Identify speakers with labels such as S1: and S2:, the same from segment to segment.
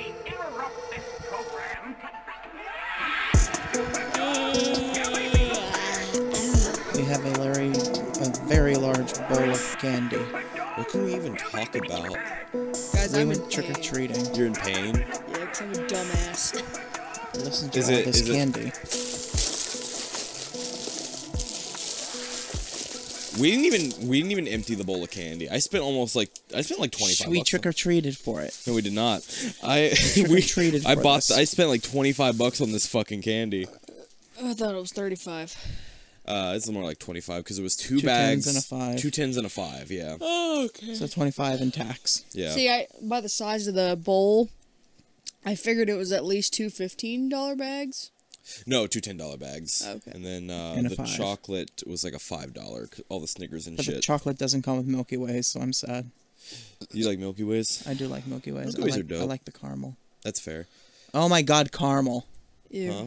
S1: interrupt this program.
S2: We have a very, a very large bowl of candy.
S3: What can we even talk about?
S4: Guys,
S2: We
S4: I'm in
S2: went trick or
S4: pain.
S2: treating.
S3: You're in pain.
S4: Yeah, 'cause I'm a dumbass.
S2: Listen to
S3: Is
S2: all
S3: it-
S2: this
S3: is it-
S2: candy.
S3: We didn't even we didn't even empty the bowl of candy. I spent almost like I spent like twenty
S2: Sh-
S3: five.
S2: We trick or treated for it.
S3: No, we did not. I we
S2: treated
S3: I
S2: for
S3: bought.
S2: this.
S3: I spent like twenty five bucks on this fucking candy.
S4: Oh, I thought it was 35.
S3: Uh, it's more like twenty five because it was two,
S2: Two
S3: bags,
S2: tens and a five.
S3: two tens and a five. Yeah,
S4: Oh, okay.
S2: So 25 in tax.
S3: yeah.
S4: See, I by the size of the bowl, I figured it was at least two $15 bags.
S3: no, two ten dollar bags.
S4: Okay.
S3: And then uh,
S2: And a
S3: the
S2: five.
S3: chocolate was like a five dollar. All the Snickers and
S2: But the
S3: shit.
S2: chocolate doesn't come with Milky Ways, so I'm sad.
S3: you like Milky Ways?
S2: I do like Milky Ways.
S3: Milky
S2: I,
S3: Ways
S2: like,
S3: are dope.
S2: I like the caramel.
S3: That's fair.
S2: Oh my god, caramel.
S4: Ew.
S3: Huh?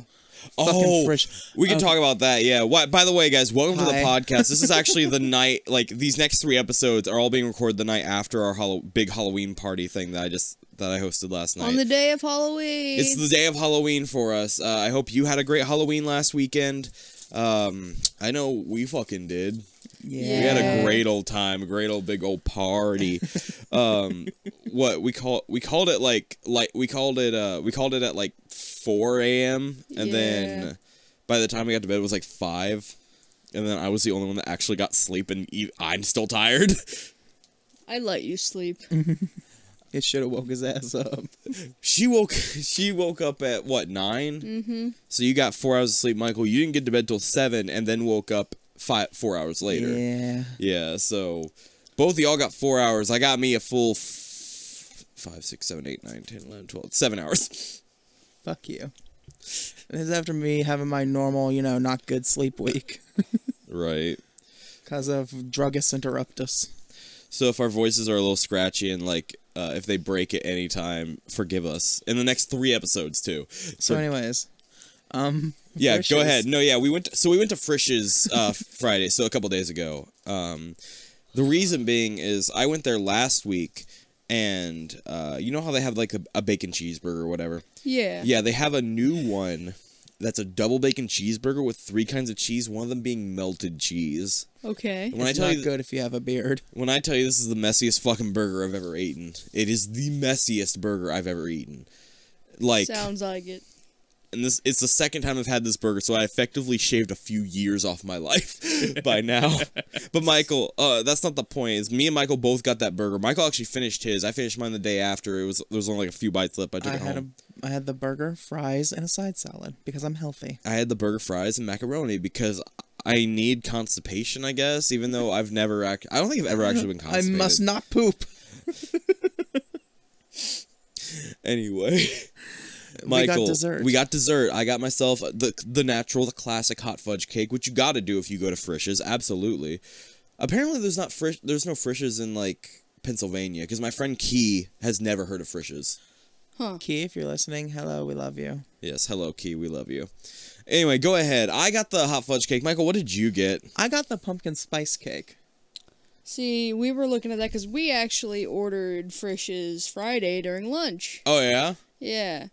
S2: Fucking fresh.
S3: Oh, We can
S2: Okay.
S3: talk about that, yeah. Why, by the way, guys, welcome to the
S2: Hi.
S3: podcast. This is actually the night, like these next three episodes are all being recorded the night after our Hallow- big Halloween party thing that I just that I hosted last night.
S4: On the day of Halloween.
S3: it's the day of Halloween for us. Uh, I hope you had a great Halloween last weekend. Um, I know we fucking did.
S2: Yeah.
S3: We had a
S4: Yeah.
S3: great old time, a great old big old party. um, what we call we called it like like we called it uh we called it at like four a.m. and
S4: Yeah.
S3: then by the time we got to bed it was like five, and then I was the only one that actually got sleep and e- I'm still tired.
S4: I let you sleep.
S2: It should have woke his ass up.
S3: she woke she woke up at what 9 Mm-hmm. So you got four hours of sleep, Michael. You didn't get to bed till seven, and then woke up five four hours later.
S2: Yeah.
S3: Yeah, so both of y'all got four hours. I got me a full f- five, six, seven, eight, nine, ten, eleven, twelve, seven hours.
S2: Fuck you. This is after me having my normal, you know, not good sleep week.
S3: Right.
S2: Because of Druggus Interruptus.
S3: So if our voices are a little scratchy and like uh, if they break at any time, forgive us. In the next three episodes too.
S2: So,
S3: So
S2: anyways, um,
S3: yeah,
S2: Frisch's-
S3: go ahead. No, yeah, we went. so we went to Frisch's uh, Friday, so a couple days ago. Um, the reason being is I went there last week, and uh, you know how they have like a, a bacon cheeseburger or whatever.
S4: Yeah.
S3: Yeah, they have a new one that's a double bacon cheeseburger with three kinds of cheese, one of them being melted cheese.
S4: Okay.
S3: When I
S2: it's
S3: tell
S2: not
S3: you
S2: good if you have a beard.
S3: when I tell you this is the messiest fucking burger I've ever eaten. It is the messiest burger I've ever eaten. Like
S4: Sounds like it.
S3: and this it's the second time I've had this burger, so I effectively shaved a few years off my life by now. but Michael, uh, that's not the point. Is me and Michael both got that burger. Michael actually finished his. I finished mine the day after. It was there was only like a few bites left. I took
S2: I
S3: it
S2: had
S3: home.
S2: a I had the burger, fries, and a side salad because I'm healthy.
S3: I had the burger fries and macaroni because I need constipation, I guess, even though I've never act- I don't think I've ever actually been
S2: I
S3: constipated.
S2: must not poop.
S3: Anyway. Michael,
S2: dessert.
S3: we got dessert. I got myself the the natural, the classic hot fudge cake, which you got to do if you go to Frisch's. Absolutely. Apparently, there's not Frisch. There's no Frisch's in like Pennsylvania because my friend Key has never heard of Frisch's.
S2: Key, if you're listening, hello, we love you.
S3: Yes, hello Key, we love you. Anyway, go ahead. I got the hot fudge cake. Michael, what did you get?
S2: I got the pumpkin spice cake.
S4: See, we were looking at that because we actually ordered Frisch's Friday during lunch.
S3: Oh yeah,
S4: Yeah.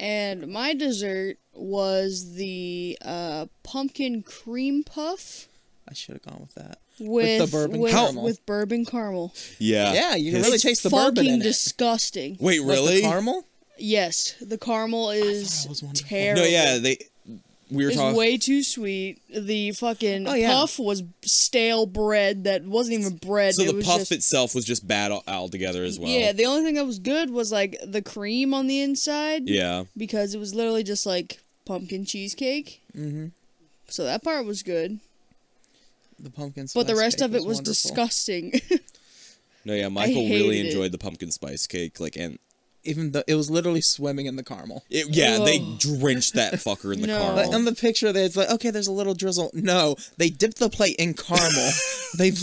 S4: And my dessert was the uh, pumpkin cream puff
S2: I should have gone with that. the
S4: with
S2: bourbon
S4: with,
S2: caramel.
S4: with bourbon caramel.
S3: yeah,
S2: Yeah, you can
S3: His-
S2: really taste the
S4: Fucking
S2: bourbon in it.
S4: disgusting.
S3: Wait,
S2: Like
S3: really?
S2: the caramel?
S4: Yes, the caramel is
S2: was wonderful.
S4: terrible.
S3: no, yeah, they. We were
S4: It's
S3: talking.
S4: way too sweet. The fucking
S2: Oh, yeah.
S4: puff was stale bread that wasn't even bread.
S3: so
S4: it
S3: the
S4: was
S3: puff
S4: just,
S3: itself was just bad al- altogether as well.
S4: Yeah, the only thing that was good was like the cream on the inside.
S3: yeah.
S4: Because it was literally just like pumpkin cheesecake. Mm-hmm. So that part was good.
S2: The pumpkin spice
S4: But the rest
S2: cake
S4: of it was
S2: wonderful.
S4: disgusting.
S3: No, yeah. Michael really
S4: hated it.
S3: enjoyed the pumpkin spice cake. Like, and
S2: Even though it was literally swimming in the caramel.
S3: It, yeah, they
S4: Ugh.
S3: drenched that fucker in the
S4: No.
S3: caramel.
S2: Like on the picture, there, it's like okay, there's a little drizzle. No, they dipped the plate in caramel. They've,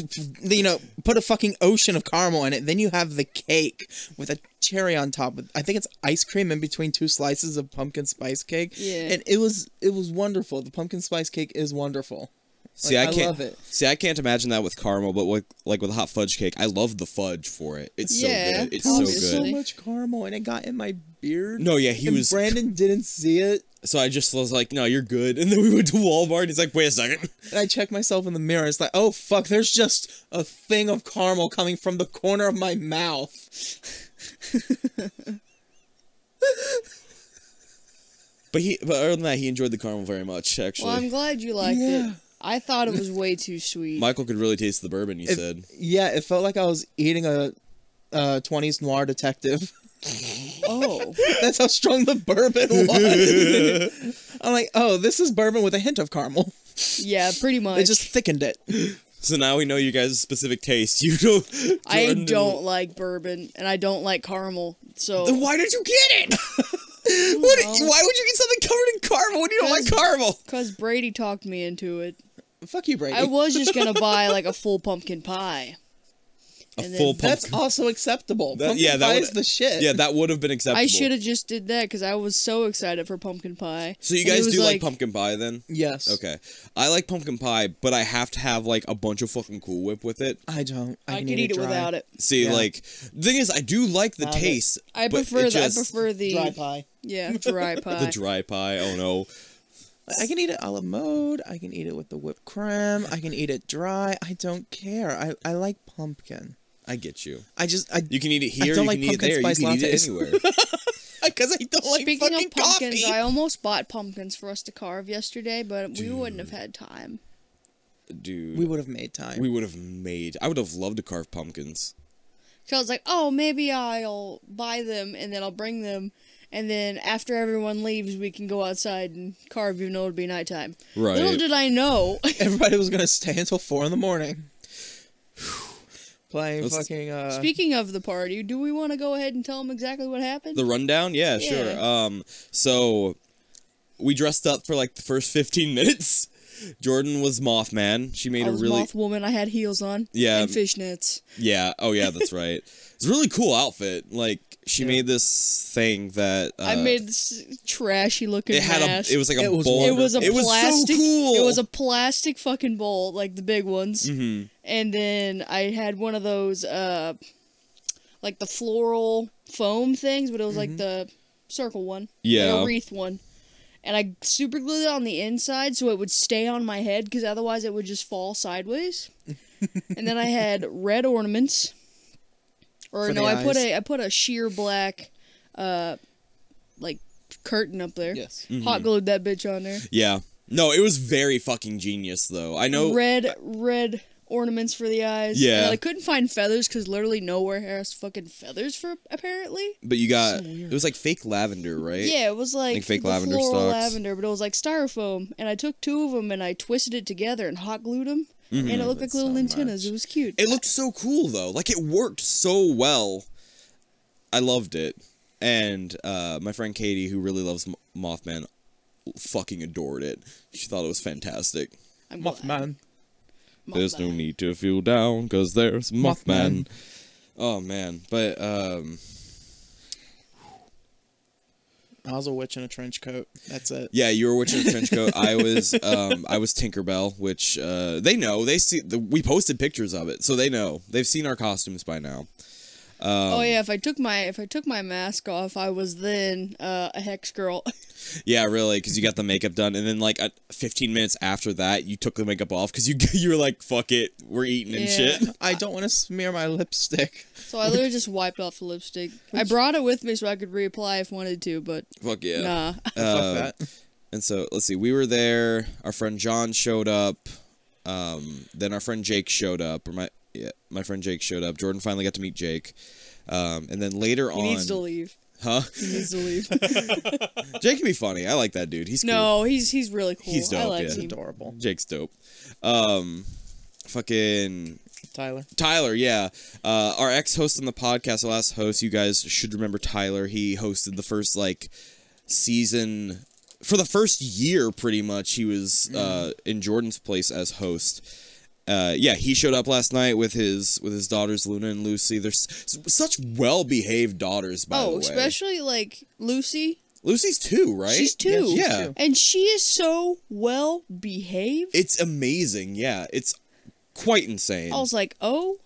S2: you know, put a fucking ocean of caramel in it. Then you have the cake with a cherry on top. With, I think it's ice cream in between two slices of pumpkin spice cake.
S4: Yeah.
S2: and it was it was wonderful. The pumpkin spice cake is wonderful.
S3: See,
S2: Like,
S3: I
S2: I
S3: can't.
S2: love it.
S3: See, I can't imagine that with caramel, but with, like with a hot fudge cake, I love the fudge for it. It's so
S4: Yeah,
S3: good. It's so
S2: so
S4: obviously.
S3: good.
S2: much caramel, and it got in my beard.
S3: No, yeah, he
S2: and
S3: was.
S2: Brandon didn't see it,
S3: So I just was like, "No, you're good." And then we went to Walmart. And he's like, "Wait a second.
S2: and I checked myself in the mirror. It's like, oh fuck, there's just a thing of caramel coming from the corner of my mouth.
S3: But he, but other than that, he enjoyed the caramel very much. Actually,
S4: Well, I'm glad you liked
S2: Yeah.
S4: it. I thought it was way too sweet.
S3: Michael could really taste the bourbon. You
S2: It-
S3: said,
S2: Yeah, it felt like I was eating a uh, 20s noir detective.
S4: oh,
S2: That's how strong the bourbon was. I'm like, oh, this is bourbon with a hint of caramel.
S4: yeah, pretty much.
S2: It just thickened it.
S3: so now we know you guys' specific taste. You don't.
S4: I
S3: Jordan-
S4: don't like bourbon and I don't like caramel. So
S3: Then why did you get it? what,
S4: know.
S3: Why would you get something covered in caramel when you don't like
S4: Because-
S3: caramel?
S4: Cause Brady talked me into it.
S2: Fuck you, Brady.
S4: I was just gonna buy like a full pumpkin pie.
S3: A
S4: And then
S3: full pumpkin.
S2: That's also acceptable.
S3: That-
S2: Pumpkin
S3: yeah, that
S2: pie
S3: would-
S2: is the shit.
S3: yeah, that would have been acceptable.
S4: I should have just did that because I was so excited for pumpkin pie.
S3: So you
S4: And it
S3: guys
S4: was
S3: do like, pumpkin pie then?
S2: yes.
S3: Okay. I like pumpkin pie, but I have to have like a bunch of fucking Cool Whip with it.
S2: I don't. I,
S4: I
S2: can
S4: could eat it without it.
S3: See,
S2: Yeah.
S3: like the thing is, I do like the
S2: Love it.
S3: taste.
S4: I
S3: but
S4: prefer
S3: it
S4: the I
S3: just-
S4: prefer the
S2: Dry pie.
S4: yeah dry pie.
S3: the dry pie. Oh no,
S2: I can eat it a la mode. I can eat it with the whipped cream. I can eat it dry. I don't care. I, I like pumpkin.
S3: I get you.
S2: I just I
S3: You can eat it here.
S2: don't
S3: you
S2: like
S3: can eat
S2: pumpkin
S3: it there. You
S2: spice
S3: can eat it
S2: lattes.
S3: anywhere.
S2: because I don't like
S4: Speaking
S2: fucking
S4: of pumpkins,
S2: coffee.
S4: I almost bought pumpkins for us to carve yesterday, but we wouldn't have had time.
S3: Dude,
S2: We would have made time.
S3: we would have made. I would have loved to carve pumpkins.
S4: So I was like, oh, maybe I'll buy them and then I'll bring them. And then after everyone leaves, we can go outside and carve, even though it'll be nighttime.
S3: Right. Uh-huh.
S4: Little did I know.
S2: Everybody was gonna stay until four in the morning. Playing
S3: Let's-
S2: fucking uh
S4: Speaking of the party, do we want to go ahead and tell them exactly what happened?
S3: The rundown? Yeah,
S4: Yeah.
S3: sure. Um so we dressed up for like the first 15 minutes. Jordan was Mothman. She made
S4: I
S3: a
S4: was
S3: really
S4: moth woman. I had heels on.
S3: Yeah.
S4: And fishnets.
S3: Yeah, oh yeah, that's right. It's a really cool outfit. Like she made this thing that uh,
S4: I made this trashy looking
S3: it had
S4: mask.
S3: a it was like a
S2: It was
S3: bowl.
S2: like-
S4: It was a
S3: it Was
S4: plastic.
S3: so cool.
S4: It was a plastic fucking bowl, like the big ones. And then I had one of those, uh, like the floral foam things, but it was like the circle one, like
S3: Yeah.
S4: a wreath one. And I super glued it on the inside so it would stay on my head, because otherwise it would just fall sideways. and then I had red ornaments. Or
S2: For
S4: no,
S2: the
S4: I put
S2: eyes.
S4: a I put a sheer black, uh, like curtain up there.
S2: Yes.
S3: Mm-hmm.
S4: Hot glued that bitch on there.
S3: Yeah. No, it was very fucking genius though. I know
S4: red red ornaments for the eyes. And
S3: Yeah.
S4: I couldn't find feathers because literally nowhere has fucking feathers for apparently.
S3: but you got it was like fake lavender, right?
S4: Yeah, it was like,
S3: Like fake
S4: the
S3: lavender
S4: floral
S3: stalks.
S4: lavender, but it was like styrofoam. And I took two of them and I twisted it together and hot glued them, and it looked like
S2: That's
S4: little
S2: so
S4: antennas.
S2: much.
S4: It was cute.
S3: Mm-hmm. It looked so cool though. Like it worked so well. I loved it. And uh, my friend Katie, who really loves Mo- Mothman, fucking adored it. She thought it was fantastic.
S4: I'm glad.
S2: Mothman.
S3: There's no
S4: Mothman.
S3: need to feel down, cause there's
S2: Mothman.
S3: Mothman. Oh man, but um,
S2: I was a witch in a trench coat. That's it.
S3: yeah, you were watching the trench coat. I was, um, I was Tinkerbell, which uh, they know. They see the, we posted pictures of it, so they know. They've seen our costumes by now. um,
S4: oh yeah, if I took my if I took my mask off, I was then uh, a hex girl.
S3: Yeah, really, because you got the makeup done, and then like at 15 minutes after that, you took the makeup off because you you were like, "Fuck it, we're eating and
S4: Yeah.
S3: shit."
S2: I don't want to smear my lipstick.
S4: so I literally just wiped off the lipstick. I brought it with me so I could reapply if wanted to, but
S3: Fuck yeah.
S4: nah.
S3: Uh,
S2: Fuck that.
S3: And so let's see, we were there. Our friend John showed up. Um, then our friend Jake showed up, or my yeah, my friend Jake showed up. Jordan finally got to meet Jake. Um, and then later
S4: He
S3: on,
S4: needs to leave.
S3: huh?
S4: He needs to leave.
S3: Jake can be funny. I like that dude. He's
S4: No, he's he's really cool.
S3: He's
S4: I
S3: dope,
S4: like
S3: yeah.
S2: It's
S4: him.
S2: adorable.
S3: cool. Jake's dope. Um, fucking
S2: Tyler.
S3: Tyler, yeah. Uh, our ex host on the podcast, the last host, you guys should remember Tyler. He hosted the first like season for the first year pretty much he was uh, in Jordan's place as host. Uh, yeah, he showed up last night with his with his daughters Luna and Lucy. They're s- such well behaved daughters, by the
S4: Oh,
S3: way.
S4: especially like Lucy.
S3: Lucy's two, right?
S4: She's two.
S2: Yeah, she's
S3: Yeah.
S2: two.
S4: And she is so well behaved.
S3: It's amazing. Yeah, it's quite insane.
S4: I was like, oh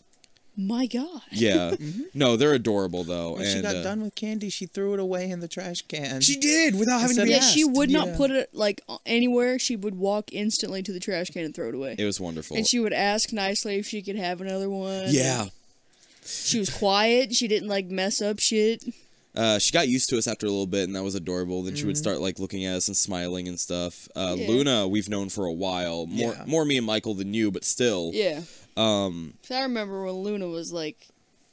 S4: my god.
S3: yeah. No, they're adorable though.
S2: When
S3: and,
S2: she got
S3: uh,
S2: done with candy, she threw it away in the trash can.
S3: She did without having to
S2: said
S3: be
S4: Yeah,
S2: Yes,
S4: she would not
S2: yeah.
S4: put it like anywhere. She would walk instantly to the trash can and throw it away.
S3: It was wonderful.
S4: and she would ask nicely if she could have another one.
S3: yeah.
S4: She was quiet. She didn't like mess up shit.
S3: Uh, she got used to us after a little bit, and that was adorable. Then she would start like looking at us and smiling and stuff. Uh,
S4: Mm-hmm. Yeah.
S3: Luna, we've known for a while, more
S2: Yeah.
S3: more me and Michael than you, but still.
S4: Yeah.
S3: Um,
S4: 'Cause I remember when Luna was like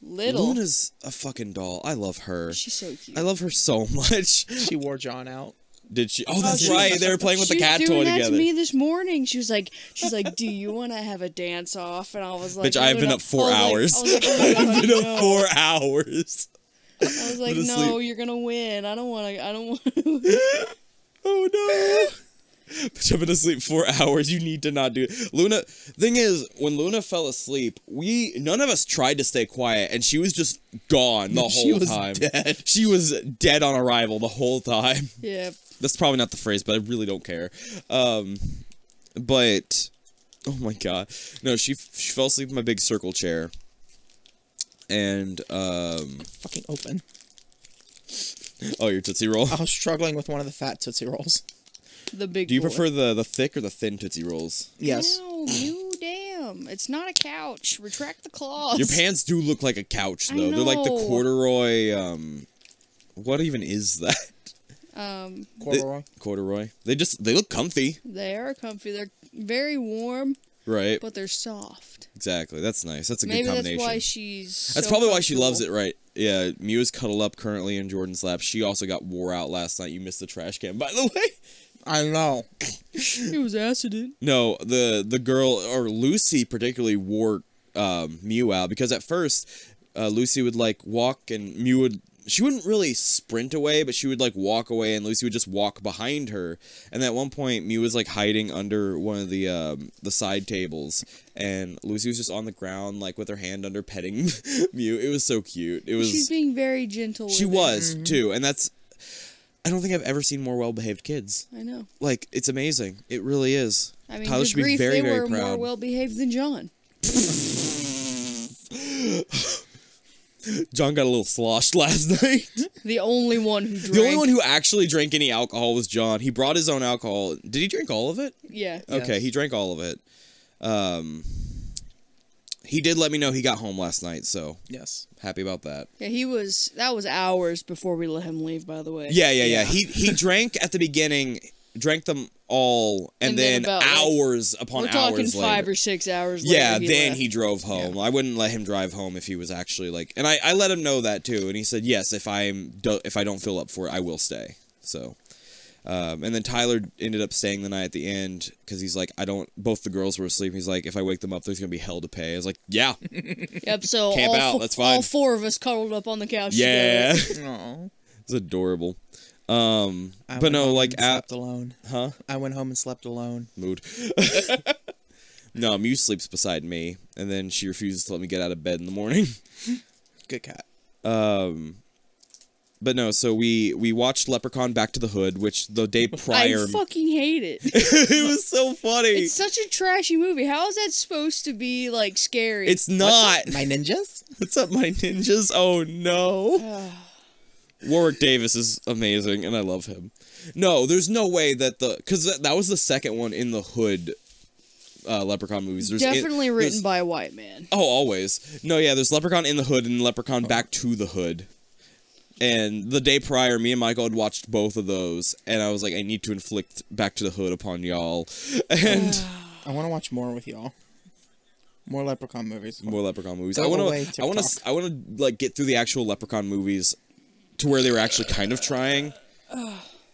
S4: little.
S3: Luna's a fucking doll. I love her.
S4: She's so cute.
S3: I love her so much.
S2: She wore John out.
S3: Did she? Oh, that's
S2: she-
S3: right. They were playing with the
S4: She was
S3: cat
S4: doing
S3: toy
S4: that
S3: together.
S4: To me this morning, she was like, she's like, "Do you want to have a dance off?" And I was like,
S3: Bitch, I have been
S4: "Luna,"
S3: up four
S4: I was
S3: hours.
S4: Like, I was like, "Oh my
S3: I've
S4: God,
S3: been
S4: no."
S3: up four hours.
S4: I was like,
S3: to
S4: "No,
S3: sleep.
S4: you're gonna win. I don't want to. I don't want to."
S3: Oh no. But I've been asleep four hours. You need to not do Luna. Thing is, when Luna fell asleep, we none of us tried to stay quiet, and she was just gone the whole
S2: She was
S3: time.
S2: dead.
S3: She was dead on arrival the whole time.
S4: yeah.
S3: That's probably not the phrase, but I really don't care. Um, but oh my god, no, she she fell asleep in my big circle chair, and um,
S2: Fucking open.
S3: oh, your tootsie roll.
S2: I was struggling with one of the fat Tootsie Rolls.
S4: The big.
S3: Do you
S4: boy.
S3: prefer the the thick or the thin tootsie rolls?
S2: Yes.
S4: No, you damn. It's not a couch. Retract the claws.
S3: Your pants do look like a couch,
S4: I
S3: though. They're like the
S4: know.
S3: corduroy. Um, what even is that?
S4: Um,
S2: Corduroy.
S3: Corduroy. They just they look comfy,
S4: they are comfy. They're very warm,
S3: right?
S4: but they're soft.
S3: exactly. That's nice. That's a
S4: Maybe
S3: good
S4: that's
S3: combination.
S4: why she's.
S3: That's
S4: so
S3: probably why she loves it,
S4: comfortable.
S3: right? Yeah, Mew is cuddled up currently in Jordan's lap. She also got wore out last night. You missed the trash can, by the way.
S2: I know.
S4: It was accident.
S3: No, the the girl or Lucy particularly wore um, Mew out because at first uh, Lucy would like walk and Mew would she wouldn't really sprint away, but she would like walk away and Lucy would just walk behind her. And at one point, Mew was like hiding under one of the um, the side tables, and Lucy was just on the ground like with her hand under petting Mew. It was so cute. It was
S4: She's being very gentle.
S3: she
S4: with it.
S3: was too, and that's I don't think I've ever seen more well behaved kids.
S4: I know.
S3: Like it's amazing. It really is.
S4: I mean,
S3: Tyler
S4: good
S3: should be
S4: grief,
S3: very,
S4: they
S3: very
S4: were more
S3: proud.
S4: well behaved than John.
S3: John got a little sloshed last night.
S4: The only one who drank.
S3: the only one who actually drank any alcohol was John. He brought his own alcohol. Did he drink all of it?
S4: Yeah.
S3: Okay,
S2: Yes.
S3: he drank all of it. Um, he did let me know he got home last night, so
S2: Yes.
S3: happy about that.
S4: Yeah, he was. That was hours before we let him leave. By the way.
S3: Yeah, yeah, yeah. He he drank at the beginning, drank them all, and,
S4: And
S3: then,
S4: then about, like,
S3: hours upon
S4: We're
S3: hours
S4: talking
S3: later.
S4: five or six hours. Later
S3: yeah,
S4: he
S3: then
S4: left.
S3: he drove home. I wouldn't let him drive home if he was actually like, and I, I let him know that too, and he said yes. If I'm do- if I don't feel up for it, I will stay. So, um, and then Tyler ended up staying the night at the end because he's like, I don't. Both the girls were asleep. He's like, if I wake them up, there's gonna be hell to pay. I was like, yeah,
S4: Yep. So
S3: Camp
S4: all
S3: out,
S4: fo-
S3: that's fine.
S4: All four of us cuddled up on the couch.
S3: yeah,
S4: together.
S2: Aw.
S3: it's adorable. Um,
S2: I
S3: but
S2: went
S3: no,
S2: home
S3: like
S2: and
S3: at
S2: slept alone.
S3: huh
S2: I went home and slept alone.
S3: mood. no, Mew sleeps beside me, and then she refuses to let me get out of bed in the morning.
S2: Good cat.
S3: But no, so we we watched Leprechaun Back to the Hood, which the day prior
S4: I fucking hate it.
S3: it was so funny.
S4: It's
S3: It's,
S4: such a trashy movie. How is that supposed to be like scary?
S3: not.
S2: My ninjas?
S3: What's up, my ninjas? Oh no. Warwick Davis is amazing, and I love him. No, there's no way that the because that, that was the second one in the Hood uh, Leprechaun movies. There's
S4: definitely
S3: it,
S4: written
S3: there's-
S4: by a white man.
S3: Oh, always. No, yeah, there's Leprechaun in the Hood and Leprechaun
S4: Oh.
S3: Back to the Hood. And the day prior, me and Michael had watched both of those, and I was like, I need to inflict Back to the Hood upon y'all. And
S2: I want to watch more with y'all. More Leprechaun movies.
S3: more Leprechaun movies.
S2: Go
S3: I
S2: away,
S3: want to. I want to.
S2: TikTok.
S3: I want to like get through the actual Leprechaun movies, to where they were actually kind of trying.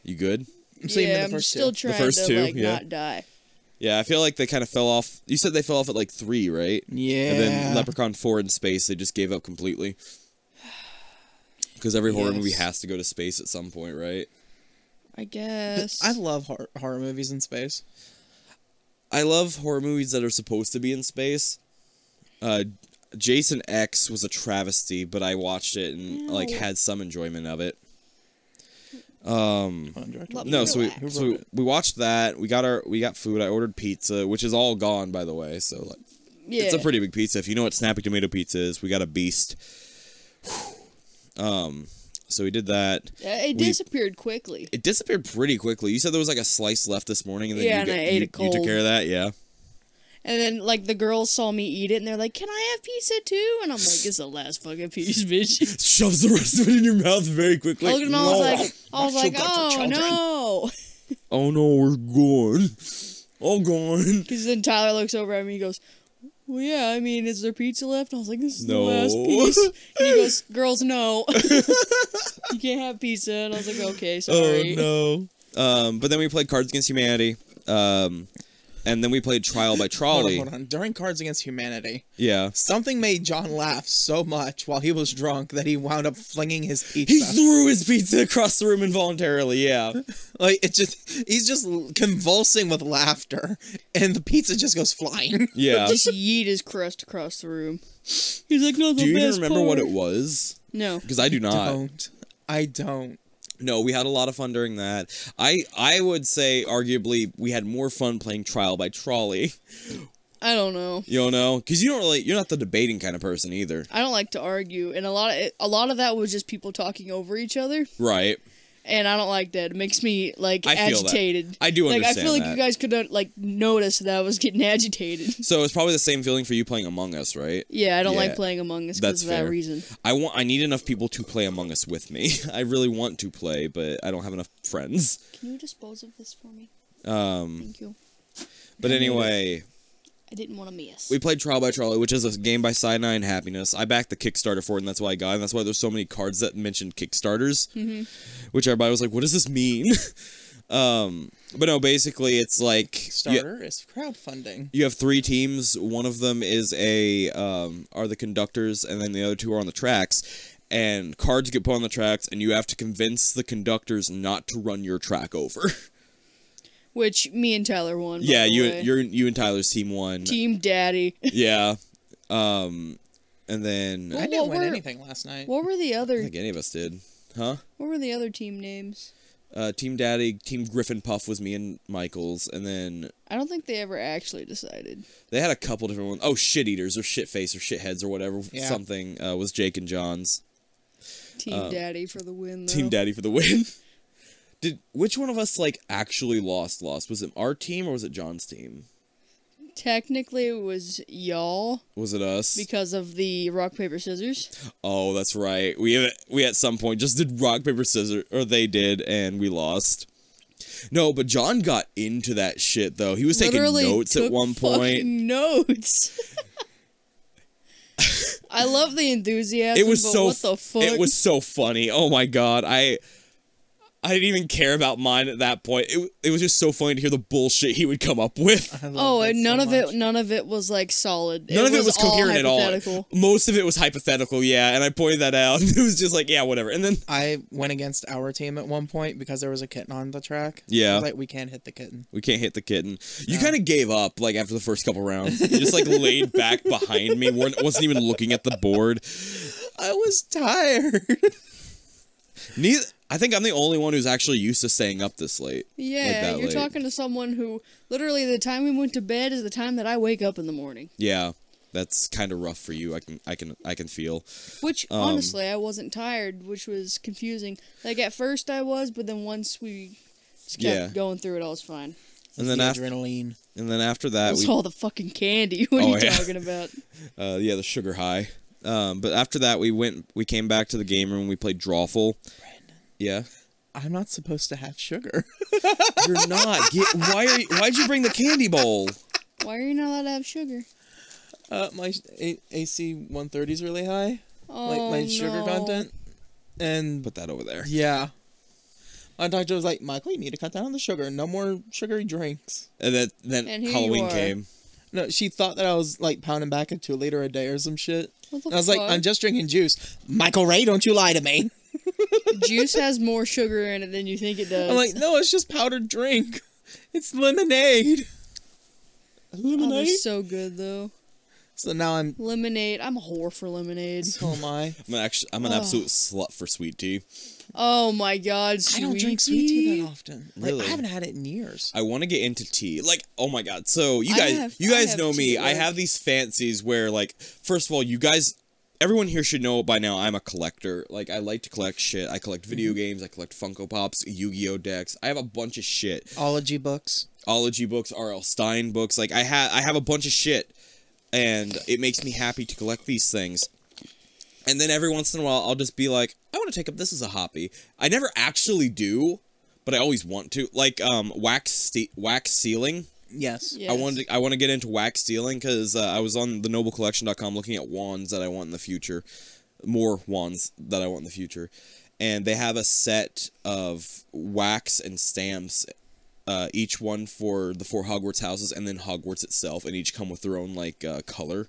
S3: You good?
S2: So you mean
S4: yeah,
S2: the
S4: I'm
S2: first
S4: still
S2: two.
S4: trying
S3: first
S4: to
S3: two,
S4: like
S3: yeah.
S4: not die.
S3: Yeah, I feel like they kind of fell off. You said they fell off at like three, right? And then
S2: Yeah.
S3: Leprechaun Four in space, they just gave up completely. Because every horror
S2: Yes.
S3: movie has to go to space at some point, right?
S4: I guess.
S2: I love horror, horror movies in space.
S3: I love horror movies that are supposed to be in space. Uh, Jason X was a travesty, but I watched it and like
S4: Ew.
S3: had some enjoyment of it.
S2: Contract.
S4: Love-
S3: Mm. No, so we
S4: Relax.
S3: so we- we watched that. We got our we got food. I ordered pizza, which is all gone by the way. So like
S4: Yeah.
S3: it's a pretty big pizza. If you know what snappy tomato pizza is, we got a beast. um, so we did that.
S4: Uh, it
S3: we-
S4: disappeared quickly.
S3: It disappeared pretty quickly. You said there was like a slice left this morning, and then
S4: Yeah,
S3: you,
S4: and
S3: got-
S4: I ate
S3: you,
S4: it
S3: you took
S4: cold.
S3: care of that. Yeah,
S4: And then like the girls saw me eat it and they're like, "Can I have pizza too?" And I'm like, "It's the last fucking piece, bitch."
S3: shoves the rest of it in your mouth very quickly.
S4: I looked at 'em, I was like, I was
S2: Not
S4: like,
S2: so good for
S4: "Oh
S2: children."
S4: no!"
S3: oh no, we're gone. All gone.
S4: Because then Tyler looks over at me. He goes, "Well, yeah. I mean, is there pizza left?" And I was like, "This is
S3: No.
S4: the last piece." And he goes, "Girls, no. you can't have pizza." And I was like, "Okay, sorry."
S3: Oh no. Um, but then we played Cards Against Humanity. Um, and then we played Trial
S2: Hold
S3: by
S2: on,
S3: Trolley.
S2: hold on. During Cards Against Humanity,
S3: Yeah.
S2: something made John laugh so much while he was drunk that he wound up flinging his pizza.
S3: He threw his pizza across the room involuntarily. Yeah.
S2: like it just he's just convulsing with laughter and the pizza just goes flying.
S3: Yeah.
S4: Just yeet his crust across the room. He's like, "No, the
S3: Do you even
S4: best
S3: remember what
S4: part."
S3: it was?
S4: No.
S3: Because I do
S2: I
S3: not.
S2: don't. I don't.
S3: No, we had a lot of fun during that. I I would say arguably we had more fun playing Trial by Trolley.
S4: I don't know.
S3: You don't know because you don't really you're not the debating kind of person either,
S4: I don't like to argue, and a lot of a lot of that was just people talking over each other,
S3: right?
S4: and I don't like that. It makes me like
S3: I feel that.
S4: agitated.
S3: I do
S4: like. I
S3: understand
S4: feel like
S3: that.
S4: you guys could uh, like notice that I was getting agitated.
S3: So it's probably the same feeling for you playing Among Us, right?
S4: Yeah, I don't
S3: Yeah,
S4: like playing Among Us
S3: that's
S4: because of that
S3: fair.
S4: reason.
S3: I want I need enough people to play Among Us with me. I really want to play, but I don't have enough friends.
S4: Can you dispose of this for me?
S3: Um,
S4: Thank you.
S3: but anyway,
S4: I didn't want to miss.
S3: we played Trial by Trolley, which is a game by Sinai and Happiness. I backed the Kickstarter for it, and that's why I got it. And that's why there's so many cards that mentioned Kickstarters, which everybody was like, what does this mean? um, but no, basically, it's like. you-
S2: Starter is crowdfunding.
S3: you have three teams. One of them is a um, are the conductors, and then the other two are on the tracks. And cards get put on the tracks, and you have to convince the conductors not to run your track over.
S4: Which me and Tyler won. by
S3: yeah,
S4: the
S3: you
S4: way.
S3: you're, you and Tyler's team one.
S4: team daddy.
S3: Yeah, um, and then I
S2: I didn't
S3: don't
S4: Well,
S2: win
S4: we're-
S2: anything last night.
S4: what were the other?
S3: think any of us did, huh?
S4: What were the other team names?
S3: Uh, team Daddy, Team Griffin Puff was me and Michaels, and then
S4: I don't think they ever actually decided.
S3: they had a couple different ones. Oh, shit eaters or shit face or shit heads or whatever.
S2: Yeah.
S3: Something uh, was Jake and John's.
S4: Team daddy for the win. Though.
S3: Uh, Team Daddy for the win. Did which one of us like actually lost? Lost was it our team or was it John's team?
S4: Technically, it was y'all
S3: Was it us?
S4: because of the rock paper scissors.
S3: oh, that's right. We have we at some point just did rock paper scissors, or they did, and we lost. No, but John got into that shit though. He was taking
S4: Literally
S3: notes at
S4: took
S3: one point.
S4: fucking Notes. I love the enthusiasm.
S3: It was
S4: but
S3: so
S4: What the
S3: f-
S4: fuck?
S3: it was so funny. Oh my god, I. I didn't even care about mine at that point. It, it was just so funny to hear the bullshit he would come up with.
S2: I love
S4: Oh,
S2: that
S4: and
S2: so
S4: none of
S2: much.
S4: it, none of it was like solid.
S3: None of it was
S4: all
S3: coherent at all.
S4: hypothetical.
S3: Most of it was hypothetical, yeah. And I pointed that out. It was just like, yeah, whatever. And then,
S2: I went against our team at one point because there was a kitten on the track. I
S3: Yeah.
S2: was like we can't hit the kitten.
S3: we can't hit the kitten. You kind of gave up, like, after the first couple rounds. You just, like, laid back behind me, weren't, wasn't even looking at the board.
S2: I was tired.
S3: Neither, I think I'm the only one who's actually used to staying up this late. like
S4: Yeah,
S3: that
S4: you're
S3: late.
S4: talking to someone who literally the time we went to bed is the time that I wake up in the morning.
S3: Yeah. That's kind of rough for you. I can, I can, I can feel.
S4: Which
S3: Um,
S4: honestly, I wasn't tired, which was confusing. Like at first I was, but then once we just kept
S3: Yeah.
S4: going through it, I was fine.
S3: And then
S2: the
S3: after,
S2: adrenaline.
S3: and then after
S4: It
S3: that,
S4: was
S3: we
S4: all the fucking candy. What
S3: Oh,
S4: are you
S3: yeah.
S4: talking about?
S3: uh, yeah, the sugar high. Um, but after that, we went, we came back to the game room. We played Drawful. Yeah.
S2: I'm not supposed to have sugar.
S3: You're not. Get, why are you, why'd you bring the candy bowl?
S4: Why are you not allowed to have sugar?
S2: Uh, my A- AC 130 is really high.
S4: Oh,
S2: like my
S4: no.
S2: sugar content. And
S3: Put that over there.
S2: yeah. My doctor was like, Michael, you need to cut down on the sugar. No more sugary drinks.
S3: And then, then
S4: And here you
S3: Halloween
S4: are.
S3: came.
S2: No, she thought that I was like pounding back a two liter a day or some shit.
S4: What the
S2: And I was like,
S4: fuck?
S2: I'm just drinking juice. Michael Ray, don't you lie to me.
S4: Juice has more sugar in it than you think it does.
S2: I'm like, no, it's just powdered drink. It's lemonade.
S4: oh, they're
S2: Lemonade?
S4: so good though.
S2: So now I'm. oh
S4: Lemonade. I'm a whore for lemonade.
S2: So am I.
S3: I'm an actually, I'm an absolute slut for sweet tea.
S4: Oh my god,
S2: I
S4: sweet
S2: don't drink sweet tea that often. Like,
S3: Really?
S2: I haven't had it in years.
S3: I want to get into tea. Like, oh my god. So you
S4: I
S3: guys,
S4: have-
S3: you
S4: I
S3: guys
S4: have
S3: know me.
S4: tea,
S3: I
S4: like-
S3: have these fancies where, like, first of all, you guys, everyone here should know by now. I'm a collector. Like, I like to collect shit. I collect
S4: Mm-hmm.
S3: video games. I collect Funko Pops, Yu-Gi-Oh decks. I have a bunch of shit.
S2: Ology books.
S3: Ology books, R.L. Stein books. Like, I have, I have a bunch of shit, and it makes me happy to collect these things. And then every once in a while, I'll just be like, I want to take up this as a hobby. I never actually do, but I always want to. Like, um, wax, ste- wax sealing.
S2: Yes.
S4: Yeah.
S3: I want to I want to get into wax stealing because uh, I was on thenoblecollection.com looking at wands that I want in the future, more wands that I want in the future, and they have a set of wax and stamps, uh, each one for the four Hogwarts houses and then Hogwarts itself, and each come with their own like uh, color,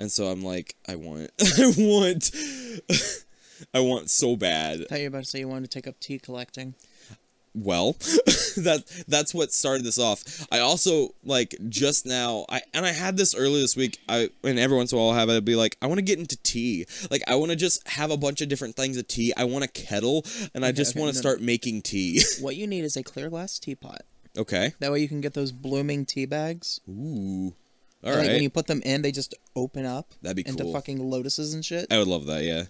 S3: and so I'm like I want I want I want so bad.
S2: thought you were about to say you wanted to take up tea collecting.
S3: well that that's what started this off i also like just now i and i had this earlier this week i and every once in a while i'll have it I'll be like i want to get into tea like i want to just have a bunch of different things of tea i want a kettle and i just
S2: okay,
S3: want
S2: no,
S3: to
S2: no.
S3: start making tea
S2: What you need is a clear glass teapot.
S3: okay
S2: That way you can get those blooming tea bags.
S3: ooh all
S2: And, like,
S3: right
S2: when you put them in, they just open up.
S3: That'd be
S2: Into
S3: cool.
S2: fucking lotuses and shit.
S3: i would love that yeah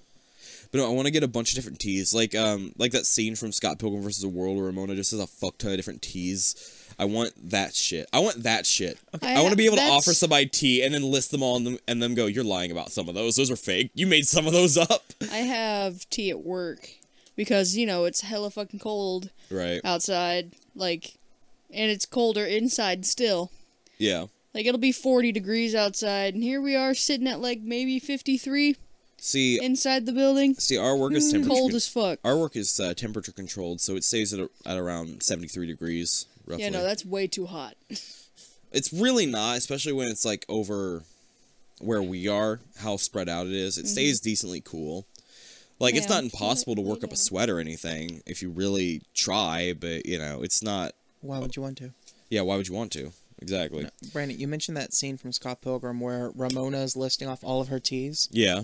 S3: but no, I want to get a bunch of different teas, like um, like that scene from Scott Pilgrim versus the World where Ramona just has a fuck ton of different teas. I want that shit. I want that shit. I,
S4: I-
S3: want to be able to
S4: that's-
S3: offer somebody tea and then list them all and them and them go, "You're lying about some of those. Those are fake. You made some of those up."
S4: I have tea at work because you know it's hella fucking cold
S3: Right.
S4: Oh. outside, like, and it's colder inside still.
S3: Yeah.
S4: Like it'll be 40 degrees outside, and here we are sitting at like maybe 53
S3: See,
S4: inside the building.
S3: see, our work is temperature.
S4: Cold as fuck.
S3: our work is uh, temperature controlled, so it stays at, a, at around seventy three degrees roughly.
S4: Yeah, no, that's way too hot.
S3: it's really not, especially when it's like over where we are, how spread out it is. It stays decently cool. Like it's
S4: Mm-hmm. Yeah.
S3: not impossible to work up a sweat or anything if you really try, but you know, it's not.
S2: Why would you want to?
S3: Yeah, why would you want to? Exactly.
S2: Brandon, you mentioned that scene from Scott Pilgrim where Ramona is listing off all of her teas.
S3: Yeah.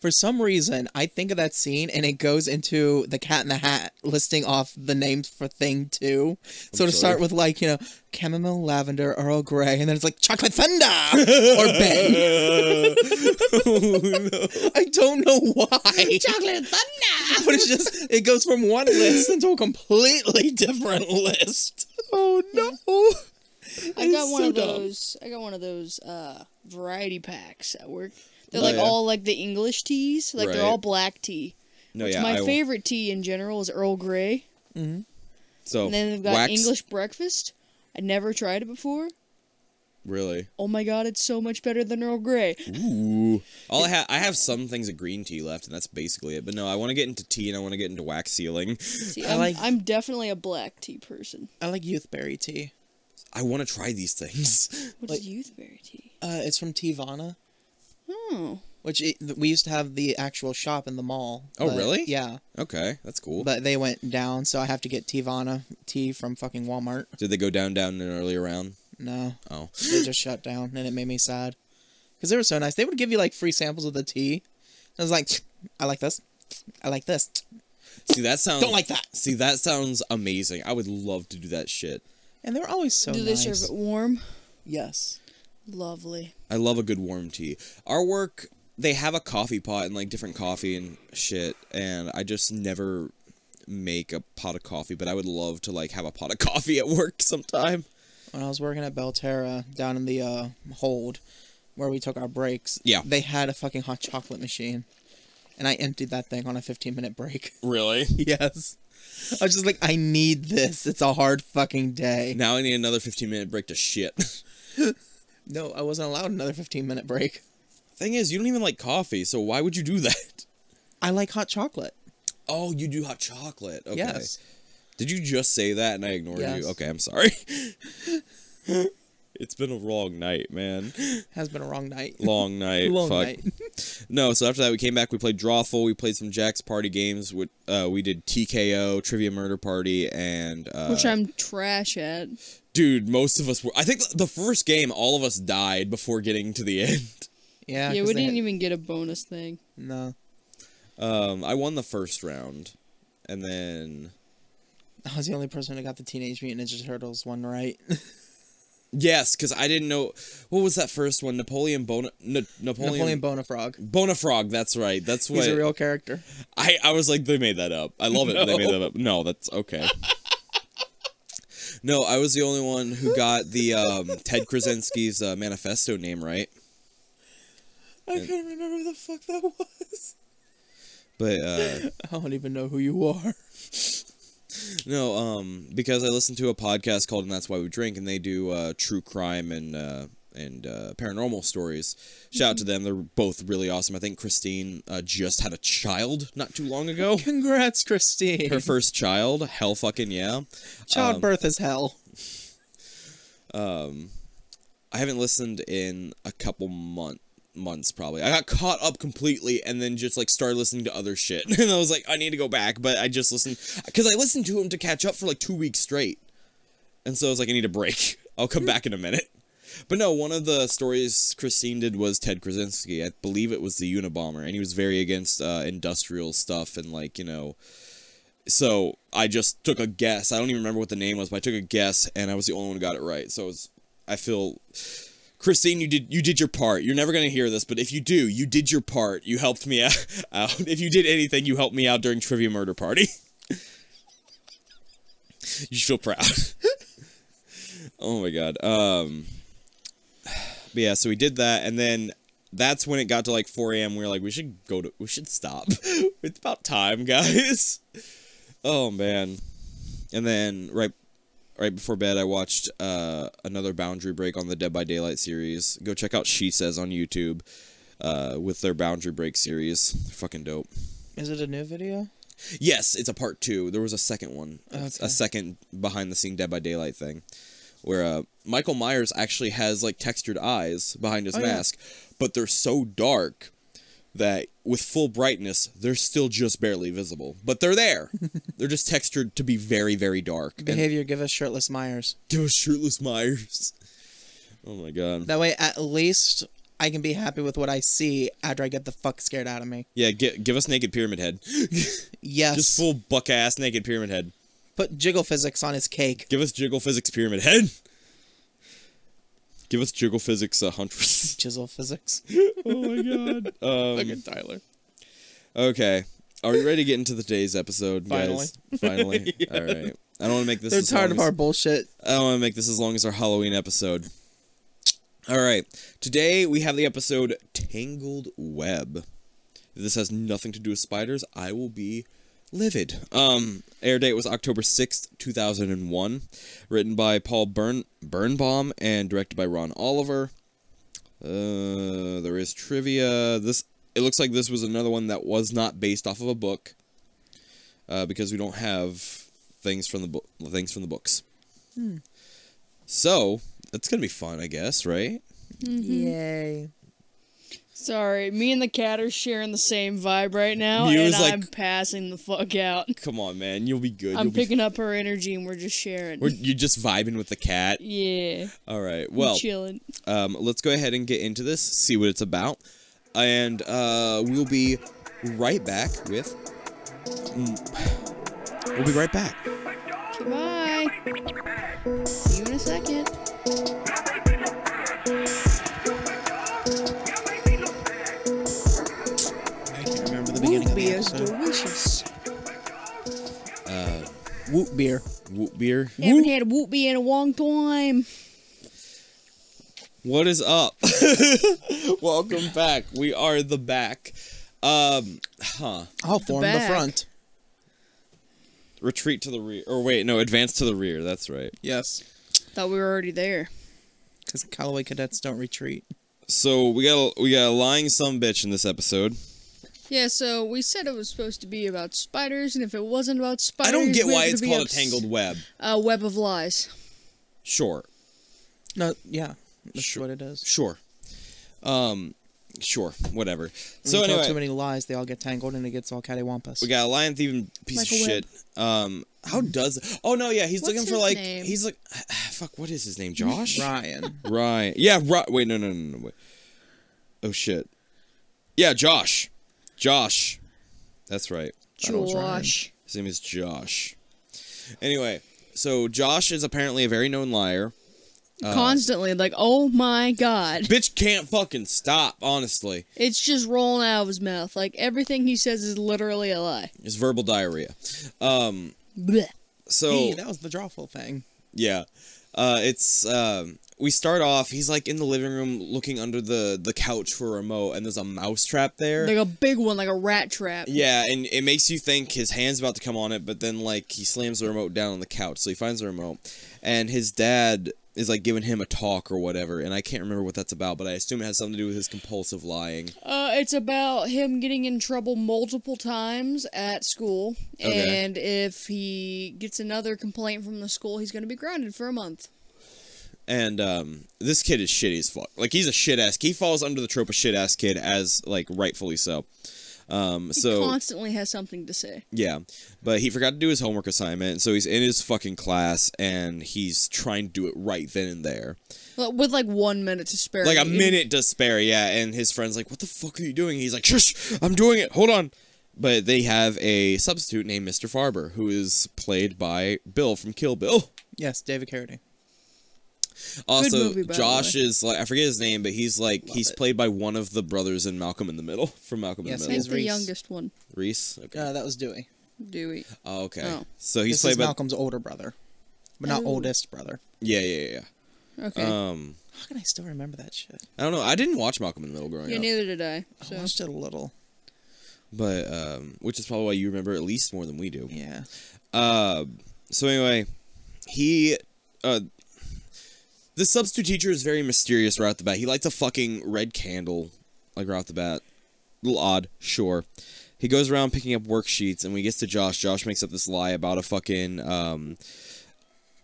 S2: For some reason, I think of that scene and it goes into the Cat in the Hat listing off the names for thing two. So to
S3: sure.
S2: start with, like, you know, chamomile, lavender, Earl Grey, and then it's like chocolate thunder or Ben. I don't know why.
S4: Chocolate thunder.
S2: but it's just it goes from one list into a completely different list. Oh no!
S4: I got
S2: It's
S4: one
S2: so
S4: of
S2: dumb.
S4: those. I got one of those uh, variety packs at work. They're
S3: Oh,
S4: like
S3: yeah.
S4: all like the English teas. Like they're
S3: Right.
S4: all black tea.
S3: No,
S4: Which
S3: yeah.
S4: my
S3: I will-
S4: favorite tea in general is Earl Grey.
S2: Oh,
S3: So
S4: And then they've got
S3: wax-
S4: English breakfast. I never tried it before.
S3: Really?
S4: Oh my god, it's so much better than Earl Grey.
S3: Ooh. All I have, I have some things of green tea left, and that's basically it. But no, I want to get into tea, and I want to get into wax sealing.
S4: See,
S2: I
S4: I'm,
S2: like-
S4: I'm definitely a black tea person.
S2: I like youthberry tea.
S3: I want to try these things.
S4: What is
S2: Like-
S4: youthberry tea?
S2: Uh, it's from Tivana,
S4: Oh,
S2: which it, we used to have the actual shop in the mall.
S3: Oh,
S2: but-
S3: really?
S2: Yeah,
S3: Okay, that's cool.
S2: but they went down, so I have to get Tivana tea from fucking Walmart.
S3: Did they go down, down in an earlier round?
S2: No,
S3: Oh,
S2: they just shut down, and it made me sad because they were so nice. They would give you like free samples of the tea. I was like, I like this. I like this.
S3: see that sounds.
S2: Don't like that.
S3: See that sounds amazing. I would love to do that shit.
S2: And they were always so
S4: do they
S2: nice.
S4: serve it warm?
S2: Yes.
S4: Lovely.
S3: I love a good warm tea. Our work, they have a coffee pot and like different coffee and shit, and I just never make a pot of coffee. But I would love to like have a pot of coffee at work sometime.
S2: when I was working at Belterra down in the uh, hold where we took our breaks,
S3: Yeah.
S2: they had a fucking hot chocolate machine, and I emptied that thing on a 15 minute break.
S3: Really?
S2: yes, I was just like, I need this. It's a hard fucking day.
S3: Now I need another 15 minute break to shit.
S2: No, I wasn't allowed another 15 minute break.
S3: Thing is, you don't even like coffee, so why would you do that?
S2: I like hot chocolate.
S3: Oh, you do hot chocolate. Okay.
S2: Yes,
S3: Did you just say that and I ignored
S2: Yes.
S3: you? Okay, I'm sorry. it's been a long night, man.
S2: has been a wrong night.
S3: Long night.
S2: Long
S3: Fuck.
S2: night.
S3: No, so after that we came back, we played Drawful, we played some Jack's Party games, with uh, we did TKO, Trivia Murder Party, and uh
S4: Which I'm trash at.
S3: Dude, most of us were. I think the first game, all of us died before getting to the end.
S2: Yeah.
S4: yeah,
S2: 'cause
S4: we
S2: they
S4: didn't
S2: had-
S4: even get a bonus thing.
S2: No.
S3: Um, I won the first round, and then
S2: I was the only person who got the Teenage Mutant Ninja Turtles one right.
S3: yes, because I didn't know what was that first one. Napoleon Bona Na-
S2: Napoleon
S3: Napoleon,
S2: Bonafrog.
S3: Bonafrog. That's right. That's what
S2: He's a real character.
S3: I, I was like, they made that up. I love it. that They made
S2: No.
S3: that up. No, that's okay. no, I was the only one who got the um, Ted Krasinski's uh, manifesto name right.
S2: I can't remember who the fuck that was.
S3: But uh,
S2: I don't even know who you are.
S3: no, um, because I listened to a podcast called "And That's Why We Drink," and they do uh, true crime and uh, and uh, paranormal stories. Shout out to them; they're both really awesome. I think Christine uh, just had a child not too long ago.
S2: Congrats, Christine.
S3: Her first child, hell fucking yeah.
S2: Childbirth is hell.
S3: I haven't listened in a couple month months probably. I got caught up completely and then just like started listening to other shit. and I was like, I need to go back, but I just listened because I listened to him to catch up for like two weeks straight. And so I was like, I need a break. I'll come back in a minute. But no, one of the stories Christine did was Ted Krasinski. I believe it was the Unabomber, and he was very against uh, industrial stuff and like you know. So I just took a guess. I don't even remember what the name was, but I took a guess, and I was the only one who got it right. So it's, I feel Christine, you did you did your part. You're never gonna hear this, but if you do, you did your part. You helped me out. out. If you did anything, you helped me out during trivia murder party. you should feel proud. oh my god. Um. But yeah, so we did that, and then that's when it got to like 4 a.m. We were like, we should go to, we should stop. it's about time, guys. Oh man. And then right right before bed, I watched uh, another boundary break on the Dead by Daylight series. Go check out She Says on YouTube uh, with their boundary break series. They're fucking dope.
S2: Is it a new video?
S3: Yes, it's a part two. There was a second one, a-
S2: Oh, Okay.
S3: a second behind the scene Dead by Daylight thing, where uh, Michael Myers actually has like textured eyes behind his
S2: Oh, yeah.
S3: mask, but they're so dark that with full brightness they're still just barely visible but they're there they're just textured to be very very dark and
S2: Behavior give us shirtless Myers.
S3: Give us shirtless Myers. Oh my god.
S2: That way, at least I can be happy with what I see after I get the fuck scared out of me.
S3: Yeah, gi- give us naked pyramid head.
S2: Yes.
S3: Just full buck ass naked pyramid head.
S2: Put jiggle physics on his cake.
S3: Give us jiggle physics pyramid head. Give us jiggle physics uh, huntress.
S2: Chisel physics.
S3: oh my god. Um,
S2: Fucking Tyler.
S3: okay. Are we ready to get into today's episode,
S2: Finally.
S3: guys? Finally. All right. I don't want to make this.
S2: They're
S3: as
S2: tired of
S3: long as-
S2: our bullshit.
S3: I don't want to make this as long as our Halloween episode. All right. Today we have the episode Tangled Web. If this has nothing to do with spiders, I will be livid. Um, air date was October 6th, 2001. Written by Paul Bern- Birnbaum and directed by Ron Oliver. Uh, there is trivia. This it looks like this was another one that was not based off of a book, uh, because we don't have things from the book things from the books. So it's gonna be fun, I guess, right?
S4: Mm-hmm.
S2: Yay.
S4: Sorry, me and the cat are sharing the same vibe right now,
S3: You
S4: and
S3: was like-
S4: I'm passing the fuck out.
S3: Come on, man, you'll be good.
S4: I'm
S3: you'll be-
S4: picking up her energy, and we're just sharing.
S3: We're- you're just vibing with the cat.
S4: yeah,
S3: All right.
S4: we're
S3: Well,
S4: chilling.
S3: um, let's go ahead and get into this. See what it's about, and uh, we'll be right back with. Mm, We'll be right back.
S4: Goodbye. See you in a second.
S2: I can't remember the beginning
S4: Root
S2: of the
S4: beer is
S2: episode.
S4: delicious.
S2: Woot beer.
S3: Woot beer.
S4: Haven't had a whoop beer in a long time.
S3: What is up? Welcome back. We are the back. Um, huh.
S2: I'll form the
S4: back.
S2: front.
S3: Retreat to the rear. Or wait, no, advance to the rear. That's right.
S2: Yes.
S4: Thought we were already there.
S2: Because Callaway cadets don't retreat.
S3: So we got a, we got a lying some bitch in this episode.
S4: Yeah, so we said it was supposed to be about spiders, and if it wasn't about spiders,
S3: I don't get
S4: we
S3: why
S4: were
S3: it's
S4: gonna be
S3: called a
S4: ups-
S3: tangled web.
S4: uh, web of lies.
S3: Sure,
S2: No, yeah. That's
S3: Sure.
S2: what it is.
S3: sure, um, sure, whatever.
S2: So
S3: So
S2: tell too
S3: anyway,
S2: many lies, they all get tangled and it gets all cattywampus.
S3: we got a lion thieving piece
S4: Michael
S3: of shit. Um, how does? Oh no, yeah, he's
S4: What's
S3: looking for
S4: his
S3: like
S4: name?
S3: he's like fuck, what is his name? Josh?
S2: Ryan.
S3: Ryan. Yeah, Ri- wait, no, no, no, no, wait. Oh shit. Yeah, Josh. Josh. That's right.
S2: Donald Ryan.
S4: Josh.
S3: His name is Josh. Anyway, so Josh is apparently a very known liar. Uh,
S4: Constantly, like, oh my god.
S3: Bitch can't fucking stop, honestly.
S4: It's just rolling out of his mouth. Like, everything he says is literally a lie.
S3: It's verbal diarrhea. Um
S4: Blech.
S3: so
S2: Hey, that was the drawful thing.
S3: Yeah. Uh, it's um, we start off. He's like in the living room, looking under the the couch for a remote, and there's a mouse trap there.
S4: Like a big one, like a rat trap.
S3: yeah, and it makes you think his hand's about to come on it, but then like he slams the remote down on the couch, so he finds the remote, and his dad is like giving him a talk or whatever, and I can't remember what that's about, but I assume it has something to do with his compulsive lying.
S4: Uh, it's about him getting in trouble multiple times at school,
S3: Okay.
S4: and if he gets another complaint from the school, he's going to be grounded for a month.
S3: And um, this kid is shitty as fuck. Like he's a shit ass. He falls under the trope of shit ass kid as like rightfully so. Um,
S4: He
S3: so
S4: constantly has something to say.
S3: Yeah, but he forgot to do his homework assignment, so he's in his fucking class and he's trying to do it right then and there,
S4: Like, With like one minute to spare.
S3: like a
S4: He-
S3: minute to spare. Yeah, and his friend's like, "What the fuck are you doing?" He's like, "Shush, I'm doing it. Hold on." But they have a substitute named Mr. Farber, who is played by Bill from Kill Bill.
S2: Yes, David Carradine.
S3: Also,
S4: movie, by the
S3: Josh
S4: way.
S3: is like I forget his name, but he's like he's
S2: it.
S3: played by one of the brothers in Malcolm in the Middle from Malcolm
S2: Yes,
S3: in the
S4: He's
S2: he's
S3: Middle.
S4: the
S2: Reese.
S4: youngest one.
S3: Reese. Okay.
S2: Uh, that was Dewey.
S4: Dewey.
S3: oh, okay.
S4: oh.
S3: So he's
S2: This
S3: played
S2: is
S3: by
S2: Malcolm's older brother, but not
S4: Oh.
S2: oldest brother.
S3: yeah, yeah,
S4: Okay.
S3: yeah. Um.
S2: How can I still remember that shit?
S3: I don't know. I didn't watch Malcolm in the Middle growing
S4: yeah,
S3: up,
S4: neither did I. So.
S2: I watched it a little.
S3: but um, which is probably why you remember at least more than we do.
S2: Yeah.
S3: Uh, so anyway, he, uh, the substitute teacher is very mysterious right off the bat. He lights a fucking red candle, like right off the bat. little odd, sure. He goes around picking up worksheets, and when he gets to Josh, Josh makes up this lie about a fucking um,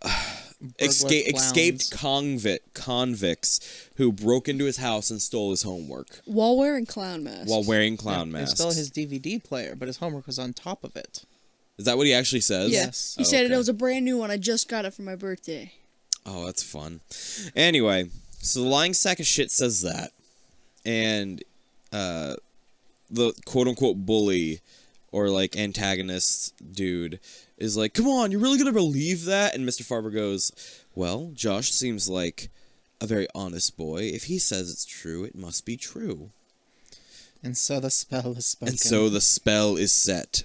S3: esca-
S2: clowns.
S3: escaped convict convicts who broke into his house and stole his homework
S4: While wearing clown masks.
S3: while wearing clown
S2: And
S3: masks.
S2: stole his DVD player, but his homework was on top of it.
S3: Is that what he actually says?
S4: Yes.
S2: Yes.
S4: He said
S3: Okay.
S4: it was a brand new one. I just got it for my birthday.
S3: Oh, that's fun. Anyway, so the lying sack of shit says that, and uh, the quote unquote bully or like antagonist dude is like, "Come on, you're really gonna believe that?" And Mr. Farber goes, "Well, Josh seems like a very honest boy. If he says it's true, it must be true."
S2: And so the spell is spoken.
S3: And so the spell is set.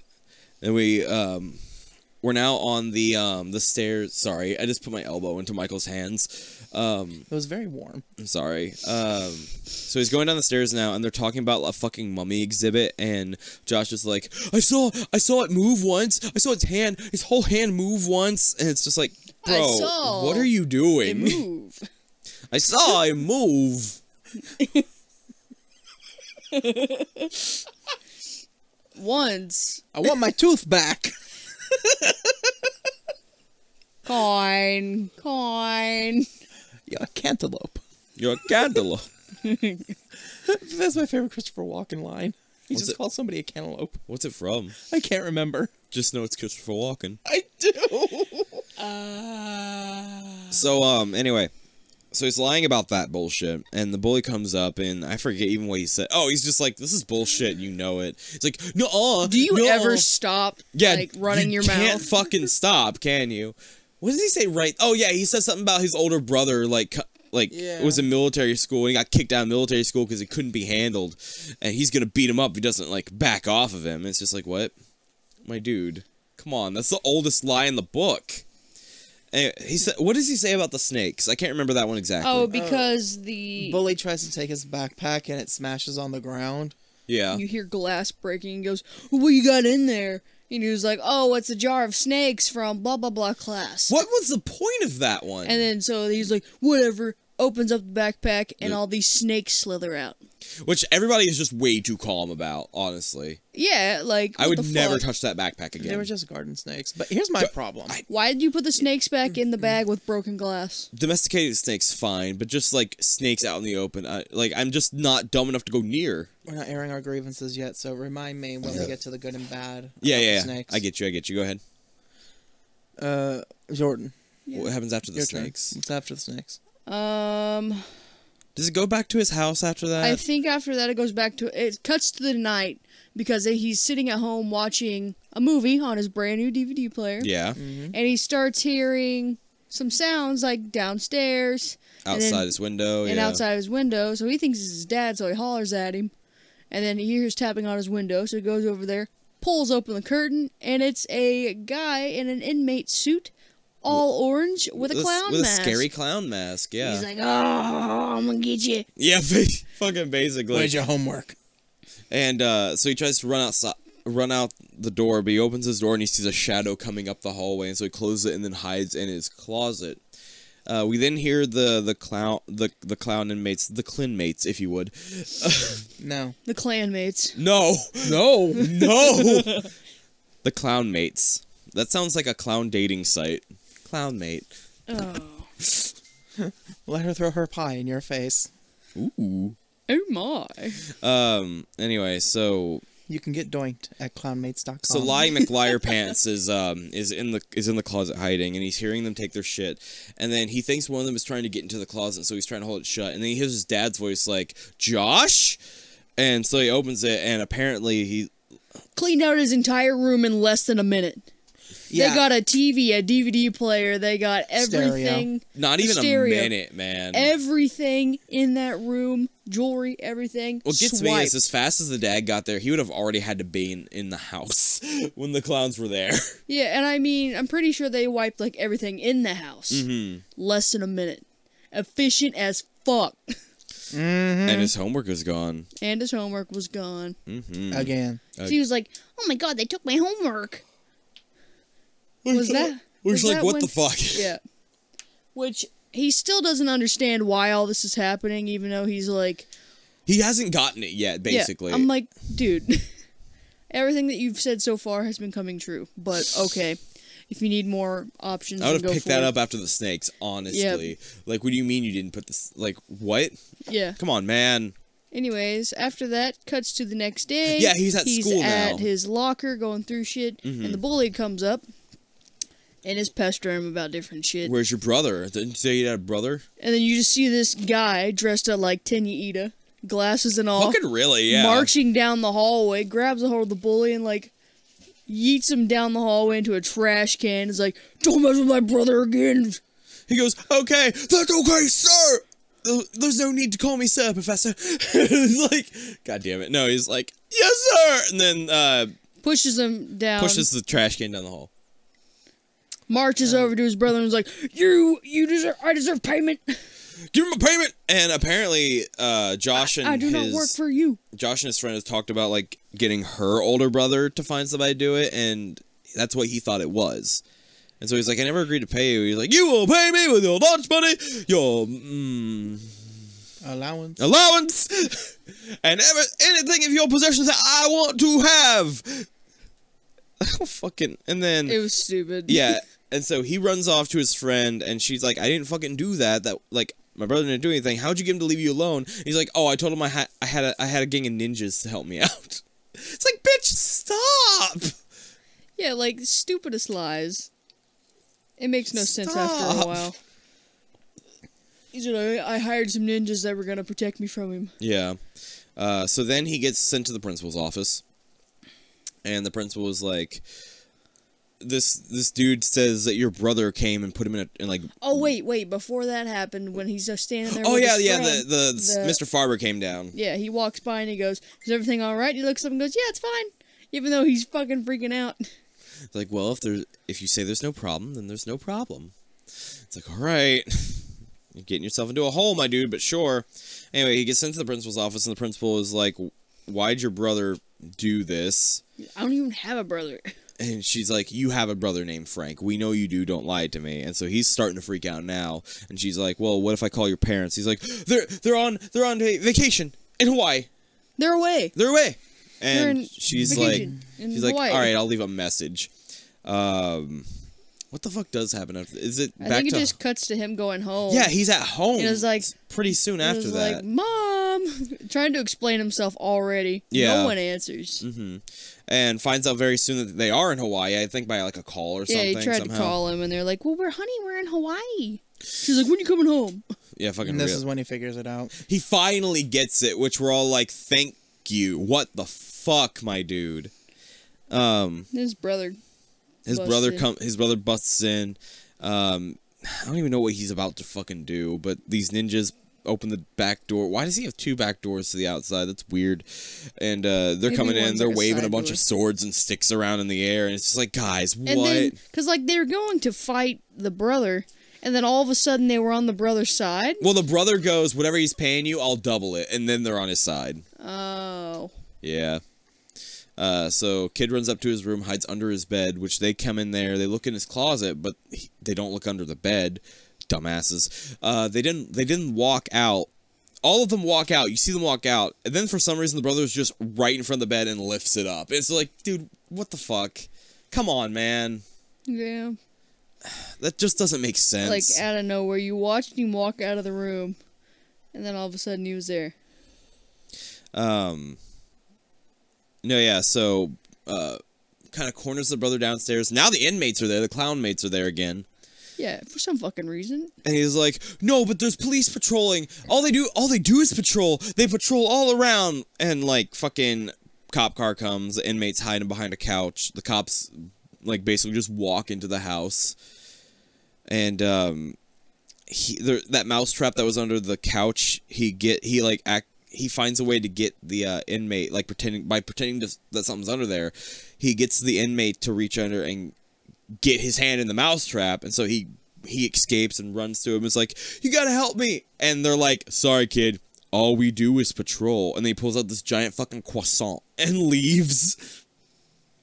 S3: And we um we're now on the um the stairs. Sorry, I just put my elbow into Michael's hands. Um
S2: it was very warm.
S3: I'm sorry. Um so he's going down the stairs now and they're talking about a fucking mummy exhibit and Josh is like, "I saw I saw it move once. I saw its hand, its whole hand move once." And it's just like,
S4: I
S3: "Bro,
S4: saw
S3: what are you
S4: It
S3: doing?"
S4: move.
S3: I saw it move.
S4: Once.
S2: I want my tooth back.
S4: Coin. Coin.
S2: Yeah, a cantaloupe.
S3: You're a cantaloupe.
S2: That's my favorite Christopher Walken line. He
S3: What's
S2: just
S3: it-
S2: calls somebody a cantaloupe.
S3: What's it from?
S2: I can't remember.
S3: Just know it's Christopher Walken.
S2: I do.
S3: So um anyway, so he's lying about that bullshit and the bully comes up and I forget even what he said. Oh, he's just like this is bullshit, you know it. He's like, "No, uh,
S4: Do you
S3: no,
S4: ever
S3: uh."
S4: stop
S3: yeah,
S4: like running
S3: you
S4: your
S3: Can't
S4: mouth?
S3: fucking stop, can you? What does he say right? Oh yeah, he says something about his older brother like cu- like
S2: Yeah.
S3: was in military school and he got kicked out of military school cuz he couldn't be handled and he's going to beat him up if he doesn't like back off of him. It's just like, "What? My dude, come on. That's the oldest lie in the book." Anyway, he said, "What does he say about the snakes?" I can't remember that one exactly.
S4: oh, because the
S2: Bully tries to take his backpack and it smashes on the ground.
S3: yeah.
S4: you hear glass breaking and goes, "What you got in there?" And he was like, "Oh, it's a jar of snakes from blah blah blah class."
S3: What was the point of that one?
S4: And then so he's like, "Whatever." Opens up the backpack and all these snakes slither out.
S3: Which everybody is just way too calm about, honestly.
S4: Yeah, like
S3: I
S4: what
S3: would
S4: the
S3: never
S4: fuck?
S3: touch that backpack again.
S2: They were just garden snakes. But here's my problem.
S4: Why did you put the snakes back in the bag with broken glass?
S3: domesticated snakes fine but just like snakes out in the open I, like i'm just not dumb enough to go near
S2: We're not airing our grievances yet, so remind me when we get to the good and bad. about
S3: yeah
S2: the
S3: yeah, yeah.
S2: Snakes.
S3: i get you i get you go ahead
S2: Uh, Jordan.
S3: What happens after the
S2: Your turn.
S3: snakes?
S2: What's after the snakes?
S4: Um,
S3: Does it go back to his house after that?
S4: I think after that it goes back to it cuts to the night because he's sitting at home watching a movie on his brand new DVD player.
S3: yeah,
S2: Mm-hmm.
S4: and he starts hearing some sounds like downstairs and then-
S3: outside his window.
S4: and
S3: Oh, yeah.
S4: outside his window. So he thinks it's his dad, so he hollers at him, and then he hears tapping on his window. So he goes over there, pulls open the curtain, and it's a guy in an inmate suit, all orange with a
S3: With
S4: clown
S3: with
S4: mask.
S3: a scary clown mask. Yeah,
S4: He's like, "Oh, I'm gonna get you."
S3: yeah, ba- fucking basically.
S2: Where's your homework?
S3: And uh, so he tries to run outside, run out the door, but he opens his door and he sees a shadow coming up the hallway, and so he closes it and then hides in his closet. Uh, we then hear the the clown the the clown inmates the clinmates if you would
S2: No.
S4: The clanmates.
S3: no
S2: No.
S3: no the clown mates that sounds like a clown dating site clown mate
S4: Oh,
S2: Let her throw her pie in your face.
S3: ooh
S4: oh my!
S3: um anyway so
S2: You can get doinked at clownmates.com.
S4: Um.
S3: So Lying McLiar Pants is um is in the is in the closet hiding, and he's hearing them take their shit, and then he thinks one of them is trying to get into the closet, so he's trying to hold it shut, and then he hears his dad's voice like Josh, and so he opens it, and apparently he
S4: Cleaned out his entire room in less than a minute.
S2: yeah.
S4: They got a TV, a DVD player. They got
S2: Stereo.
S4: everything.
S3: not even
S4: Stereo.
S3: a minute, man.
S4: everything in that room, jewelry, everything.
S3: what gets me
S4: swiped.
S3: is as fast as the dad got there, he would have already had to be in, in the house when the clowns were there.
S4: yeah, and I mean, I'm pretty sure they wiped like everything in the house.
S3: Mm-hmm.
S4: Less than a minute. Efficient as fuck.
S3: And his homework is gone.
S4: And his homework was gone.
S2: Again.
S3: Mm-hmm.
S4: She was like, "Oh my god, they took my homework." Was that?
S3: We're
S4: was
S3: just like,
S4: that
S3: what
S4: when-
S3: the fuck?
S4: Yeah. Which he still doesn't understand why all this is happening, even though he's like,
S3: He hasn't gotten it yet,
S4: Yeah,
S3: basically.
S4: I'm like, dude, everything that you've said so far has been coming true. But okay, if you need more options,
S3: I would
S4: then
S3: have
S4: go
S3: picked
S4: for
S3: that
S4: it.
S3: up after the snakes, honestly. Like, what do you mean you didn't put this? Like, what?
S4: Yeah.
S3: Come on, man.
S4: Anyways, after that, cuts to the next day.
S3: Yeah, he's at school
S4: at
S3: now. Mm-hmm.
S4: his locker going through shit, and the bully comes up and is pestering him about different shit.
S3: Where's your brother? Didn't you say you had a brother?
S4: and then you just see this guy dressed up like Tenya Ida, glasses and all,
S3: Fucking really, yeah.
S4: marching down the hallway, grabs a hold of the bully and like yeets him down the hallway into a trash can. Is like, don't mess with my brother again.
S3: He goes, okay, that's okay, sir. Th- There's no need to call me sir, professor. It's like, god damn it. No, he's like, yes, sir. And then uh,
S4: Pushes him down.
S3: pushes the trash can down the hall.
S4: Marches over to his brother and is like, you, you deserve, I deserve payment.
S3: Give him a payment. And apparently, uh, Josh and
S4: I do
S3: his
S4: not work for you.
S3: Josh and his friend have talked about like getting her older brother to find somebody to do it, and that's what he thought it was. And so he's like, I never agreed to pay you. He's like, You will pay me with your lunch money, your mm,
S2: Allowance.
S3: allowance, and ever, anything of your possessions that I want to have. Oh, fucking. And then,
S4: It was stupid.
S3: yeah. And so he runs off to his friend, and she's like, I didn't fucking do that. That, like, my brother didn't do anything. How'd you get him to leave you alone? And he's like, Oh, I told him I, ha- I had a, I had a gang of ninjas to help me out. It's like, bitch, stop.
S4: Yeah, like stupidest lies. It makes no sense after a
S3: Stop.
S4: while. He's like, I I hired some ninjas that were gonna protect me from him.
S3: Yeah. Uh, so then he gets sent to the principal's office, and the principal was like, "This this dude says that your brother came and put him in a in like
S4: Oh wait, wait! Before that happened, when he's just standing there.
S3: oh
S4: with
S3: yeah
S4: his
S3: yeah the,
S4: friend,
S3: the
S4: the-
S3: Mr. Farber came down
S4: yeah he walks by and he goes, "Is everything all right?" He looks up and goes, "Yeah, it's fine," even though he's fucking freaking out.
S3: It's like, well, if there's if you say there's no problem, then there's no problem. It's like, all right, you're getting yourself into a hole, my dude. But sure. Anyway, he gets sent to the principal's office, and the principal is like, "Why'd your brother do this?"
S4: I don't even have a brother.
S3: And she's like, "You have a brother named Frank. We know you do. Don't lie to me." And so he's starting to freak out now. And she's like, "Well, what if I call your parents?" He's like, "They're they're on they're on va- vacation in Hawaii.
S4: They're away.
S3: They're away."
S4: They're
S3: And
S4: in
S3: she's
S4: vacation
S3: like,
S4: in
S3: she's like,
S4: Hawaii.
S3: "All right, I'll leave a message." Um, What the fuck does happen after? Is it
S4: I
S3: back
S4: think it
S3: to?
S4: just cuts to him going home.
S3: yeah, he's at home.
S4: It was like-
S3: pretty soon
S4: It
S3: after
S4: was
S3: that.
S4: like, Mom, trying to explain himself already.
S3: Yeah. Mm-hmm.
S4: No one answers.
S3: and finds out very soon that they are in Hawaii. I think by like a call or
S4: Yeah,
S3: something.
S4: he tried
S3: somehow.
S4: to call him, and they're like, "Well, we're honey, we're in Hawaii." She's like, "When you coming home?"
S3: Yeah, fucking.
S2: And this
S3: real-
S2: is when he figures it out.
S3: he finally gets it, which we're all like, "Thank you." What the fuck, my dude? Um,
S4: His brother.
S3: his
S4: Busts
S3: brother
S4: in.
S3: come. His brother busts in. Um, I don't even know what he's about to fucking do, but these ninjas open the back door. Why does he have two back doors to the outside? That's weird. And uh, they're
S4: Maybe
S3: coming in.
S4: one's
S3: They're
S4: like a
S3: waving a,
S4: side
S3: bunch
S4: door.
S3: of swords and sticks around in the air, and it's just like, guys, what?
S4: And then, because like they were going to fight the brother, and then all of a sudden they were on the brother's side.
S3: well, the brother goes, whatever he's paying you, I'll double it, and then they're on his side.
S4: Oh,
S3: Yeah. Uh, so kid runs up to his room, hides under his bed, which they come in there. They look in his closet, but he, they don't look under the bed. Dumbasses. Uh, they didn't. They didn't walk out. All of them walk out. You see them walk out, and then for some reason the brother's just right in front of the bed and lifts it up. It's like, dude, what the fuck? Come on, man.
S4: yeah.
S3: That just doesn't make sense.
S4: Like eh. out of nowhere, you watched him walk out of the room, and then all of a sudden he was there.
S3: Um. No, yeah. So, uh, kind of corners the brother downstairs. Now the inmates are there. The clown mates are there again,
S4: Yeah, for some fucking reason.
S3: and he's like, "No, but there's police patrolling. All they do, all they do is patrol. They patrol all around." And like, fucking cop car comes. The inmates hiding behind a couch. The cops, like, basically just walk into the house, and um, he there, that mousetrap that was under the couch he get he like act he finds a way to get the uh, inmate like pretending by pretending to, that something's under there he gets the inmate to reach under and get his hand in the mousetrap and so he he escapes and runs to him it's like you gotta help me and they're like sorry kid all we do is patrol and then he pulls out this giant fucking croissant and leaves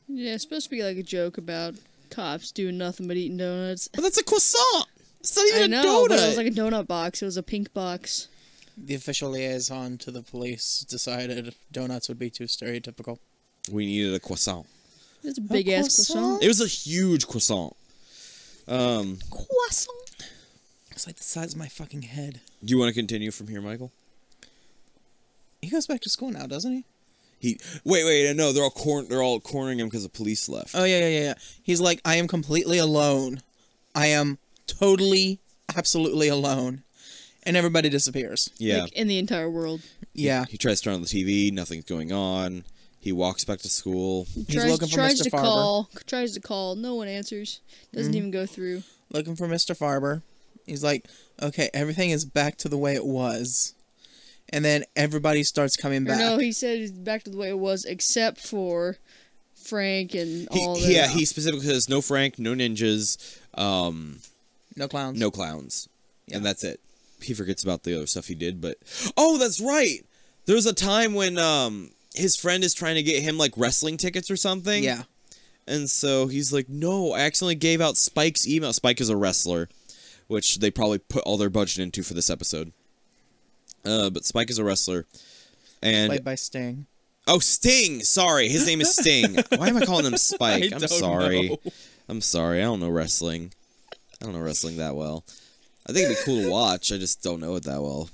S4: Yeah, it's supposed to be like a joke about cops doing nothing but eating donuts.
S3: but that's a croissant it's not even
S4: I
S3: a
S4: know,
S3: donut
S4: but it was like a donut box. It was a pink box.
S2: The official liaison to the police decided donuts would be too stereotypical.
S3: we needed a croissant
S4: It's a big ass croissant.
S3: it was a huge croissant um
S4: Croissant.
S2: It's like the size of my fucking head.
S3: Do you want to continue from here, Michael?
S2: He goes back to school now, doesn't he?
S3: He wait, wait, no, they're all cor- they're all cornering him because the police left.
S4: Uh,
S2: Oh yeah, yeah, yeah, yeah. He's like, I am completely alone. I am totally, absolutely alone, and everybody disappears.
S3: yeah,
S4: Like in the entire world.
S2: Yeah,
S3: he tries to turn on the TV. Nothing's going on. He walks back to school.
S2: he's
S4: tries
S2: looking for
S4: tries
S2: Mr.
S4: to
S2: Farber.
S4: call. Tries to call. No one answers. Doesn't even go through.
S2: looking for Mr. Farber. He's like, okay, everything is back to the way it was, and then everybody starts coming
S4: Or
S2: back.
S4: no, he said it's back to the way it was, except for Frank and
S3: He,
S4: all the.
S3: yeah, he specifically says no Frank, no ninjas, um,
S2: no clowns.
S3: no clowns,
S2: Yeah.
S3: and that's it. He forgets about the other stuff he did, but oh, that's right. There's a time when um his friend is trying to get him like wrestling tickets or something.
S2: Yeah.
S3: And so he's like, "No, I accidentally gave out Spike's email. Spike is a wrestler, which they probably put all their budget into for this episode. Uh, but Spike is a wrestler, and
S2: Played by Sting.
S3: oh, Sting. Sorry, his name is Sting. Why am I calling him Spike? I'm
S2: don't
S3: sorry.
S2: know.
S3: I'm sorry. I don't know wrestling. I don't know wrestling that well. I think it'd be cool to watch. I just don't know it that well.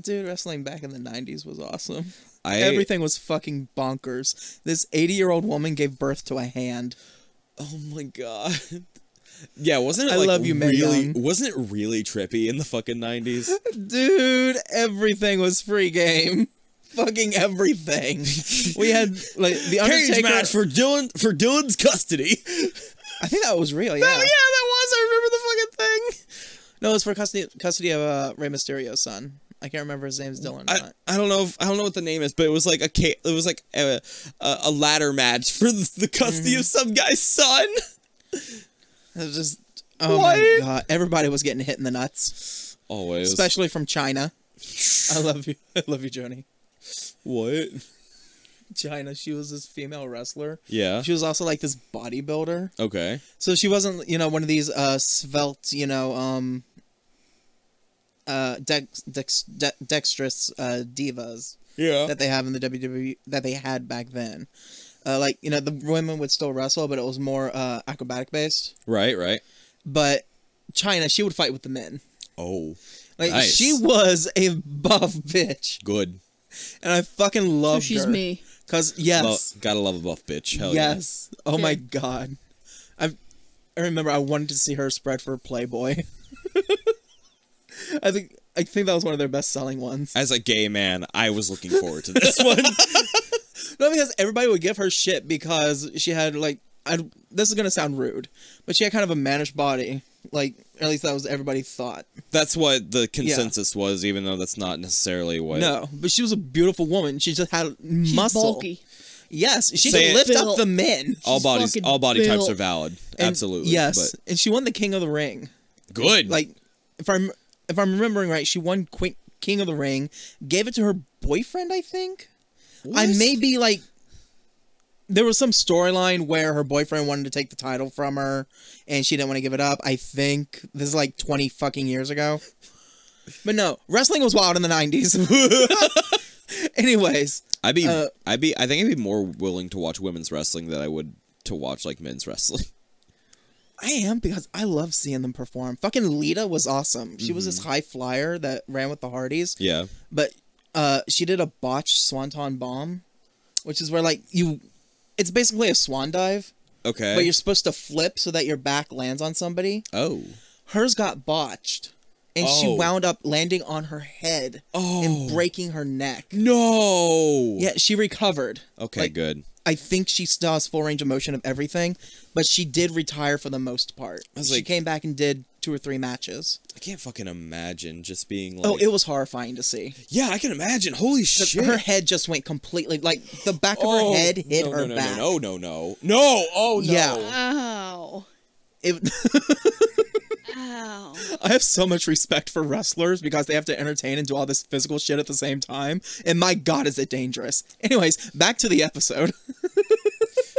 S2: Dude, wrestling back in the 90s was awesome.
S3: I
S2: Everything was fucking bonkers. This 80 year old woman gave birth to a hand.
S3: Oh my god. Yeah, wasn't it
S2: I
S3: like
S2: love you, Mae
S3: really
S2: Young.
S3: wasn't it really trippy in the fucking 90s?
S2: Dude, everything was free game. Fucking everything. We had like the
S3: Cage
S2: Undertaker.
S3: match for Dylan for Dylan's custody.
S2: I think that was real. Yeah.
S3: Oh yeah, that was. I remember the fucking thing.
S2: No, it was for custody custody of uh, Rey Mysterio's son. I can't remember his name's Dylan. Or
S3: I,
S2: not.
S3: I don't know if I don't know what the name is, but it was like a ca- it was like a, a, a ladder match for the, the custody of some guy's son.
S2: It was just oh my
S3: What?
S2: god, everybody was getting hit in the nuts,
S3: Always.
S2: especially from China. I love you. I love you, Joni.
S3: what?
S2: China, she was this female wrestler.
S3: Yeah.
S2: She was also like this bodybuilder.
S3: Okay.
S2: So she wasn't, you know, one of these uh svelte, you know, um uh dex, dex, de- dexterous uh divas
S3: Yeah.
S2: E, that they have in the WWE that they had back then. Uh, like you know, the women would still wrestle, but it was more uh, acrobatic based.
S3: Right, right.
S2: But China, she would fight with the men.
S3: Oh,
S2: Like
S3: nice.
S2: she was a buff bitch,
S3: good.
S2: and I fucking
S4: So
S2: loved
S4: Oh, she's
S2: her.
S4: me.
S2: Cause yes,
S3: Lo- gotta love a buff bitch. Hell yeah.
S2: yes. Oh my god, I I remember I wanted to see her spread for Playboy. I think I think that was one of their best selling ones.
S3: As a gay man, I was looking forward to this one.
S2: No, because everybody would give her shit because she had like I this is gonna sound rude, but she had kind of a mannish body. Like at least that was everybody thought.
S3: That's what the consensus was, even though that's not necessarily what.
S2: No, but she was a beautiful woman. She just had
S4: She's
S2: muscle.
S4: bulky.
S2: Yes, she
S3: Say
S2: could
S3: it.
S2: lift
S4: Built.
S2: up the men.
S3: all
S4: She's
S3: bodies,
S4: fucking
S3: all body types
S4: built.
S3: are valid.
S2: And-
S3: Absolutely.
S2: Yes,
S3: but-
S2: and she won the King of the Ring.
S3: good.
S2: Like if I'm if I'm remembering right, she won Queen, King of the Ring, gave it to her boyfriend. I think. I may be like. There was some storyline where her boyfriend wanted to take the title from her, and she didn't want to give it up. I think this is like twenty fucking years ago. But no, wrestling was wild in the nineties. Anyways,
S3: I'd be,
S2: uh,
S3: I'd be, I think I'd be more willing to watch women's wrestling than I would to watch like men's wrestling.
S2: I am because I love seeing them perform. Fucking Lita was awesome. She was this high flyer that ran with the Hardys.
S3: yeah.
S2: but uh, she did a botched swanton bomb, which is where like you, it's basically a swan dive,
S3: Okay.
S2: but you're supposed to flip so that your back lands on somebody.
S3: oh.
S2: Hers got botched, and she
S3: Oh.
S2: wound up landing on her head and breaking her neck.
S3: No.
S2: Yeah, she recovered.
S3: Okay.
S2: Like,
S3: good.
S2: I think she still has full range of motion of everything, but she did retire for the most part.
S3: was
S2: She
S3: like-
S2: came back and did two or three matches.
S3: I can't fucking imagine just being like.
S2: Oh, it was horrifying to see.
S3: Yeah, I can imagine. Holy shit. Oh.
S2: Her head just went completely like the back of her head hit
S3: no,
S2: her
S3: no, Oh, no,
S2: back.
S3: No, no, no, no, no. Oh no.
S2: Yeah.
S4: Ow.
S2: It,
S4: Ow.
S2: I have so much respect for wrestlers because they have to entertain and do all this physical shit at the same time. And my god, is it dangerous. Anyways, back to the episode.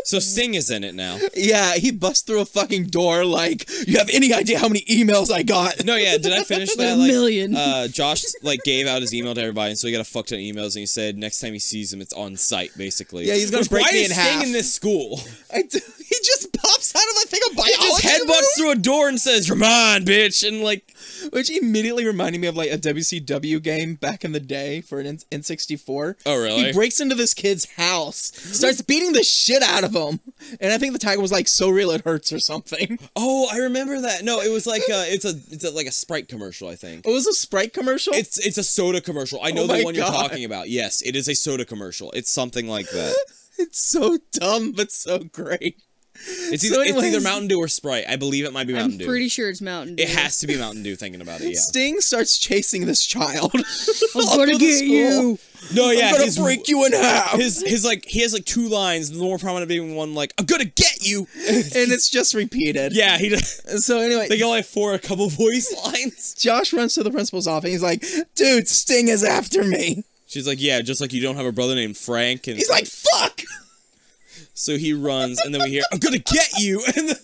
S3: So Sting is in it now.
S2: yeah, he busts through a fucking door like, you have any idea how many emails I got?
S3: No, yeah. Did I finish that?
S4: a million.
S3: Uh, Josh like gave out his email to everybody, and so he got a fuck ton of emails, and he said next time he sees him, it's on site, basically.
S2: Yeah, he's gonna
S3: Which,
S2: break
S3: why
S2: me
S3: is
S2: in
S3: Sting
S2: half.
S3: in this school?
S2: I d- he just pops out of I think a
S3: He just
S2: biology
S3: headbutts through a door and says, "Come on, bitch!" And like,
S2: room, which immediately reminded me of like a WCW game back in the day for an N- N64.
S3: Oh, really?
S2: He breaks into this kid's house, starts beating the shit out of him, and I think the tiger was like, "So real it hurts" or something.
S3: oh, I remember that. No, it was like uh, it's a it's a, like a Sprite commercial, I think.
S2: It was a Sprite commercial.
S3: It's it's a soda commercial. I know
S2: Oh my
S3: the one you're
S2: God.
S3: talking about. Yes, it is a soda commercial. It's something like that.
S2: It's so dumb, but so great.
S3: It's
S2: So
S3: either, it's either
S2: anyways-
S3: Mountain Dew or Sprite. I believe it might be Mountain
S4: I'm
S3: Dew.
S4: pretty sure it's Mountain Dew.
S3: it has to be Mountain Dew. Thinking about it, yeah.
S2: Sting starts chasing this child.
S4: I'm
S2: all
S4: gonna
S2: through the
S4: get
S2: school.
S4: you.
S3: No, yeah.
S2: I'm gonna
S3: his-
S2: break you in half.
S3: His his like he has like two lines, the more prominent being one like "I'm gonna get you."
S2: and it's just repeated.
S3: yeah, he. does-
S2: So anyway,
S3: They only have four a couple voice lines.
S2: Josh runs to the principal's office. He's like, "Dude, Sting is after me."
S3: She's like, yeah, just like you don't have a brother named Frank, and
S2: He's like, "Fuck."
S3: so he runs, and then we hear, "I'm gonna get you," and then,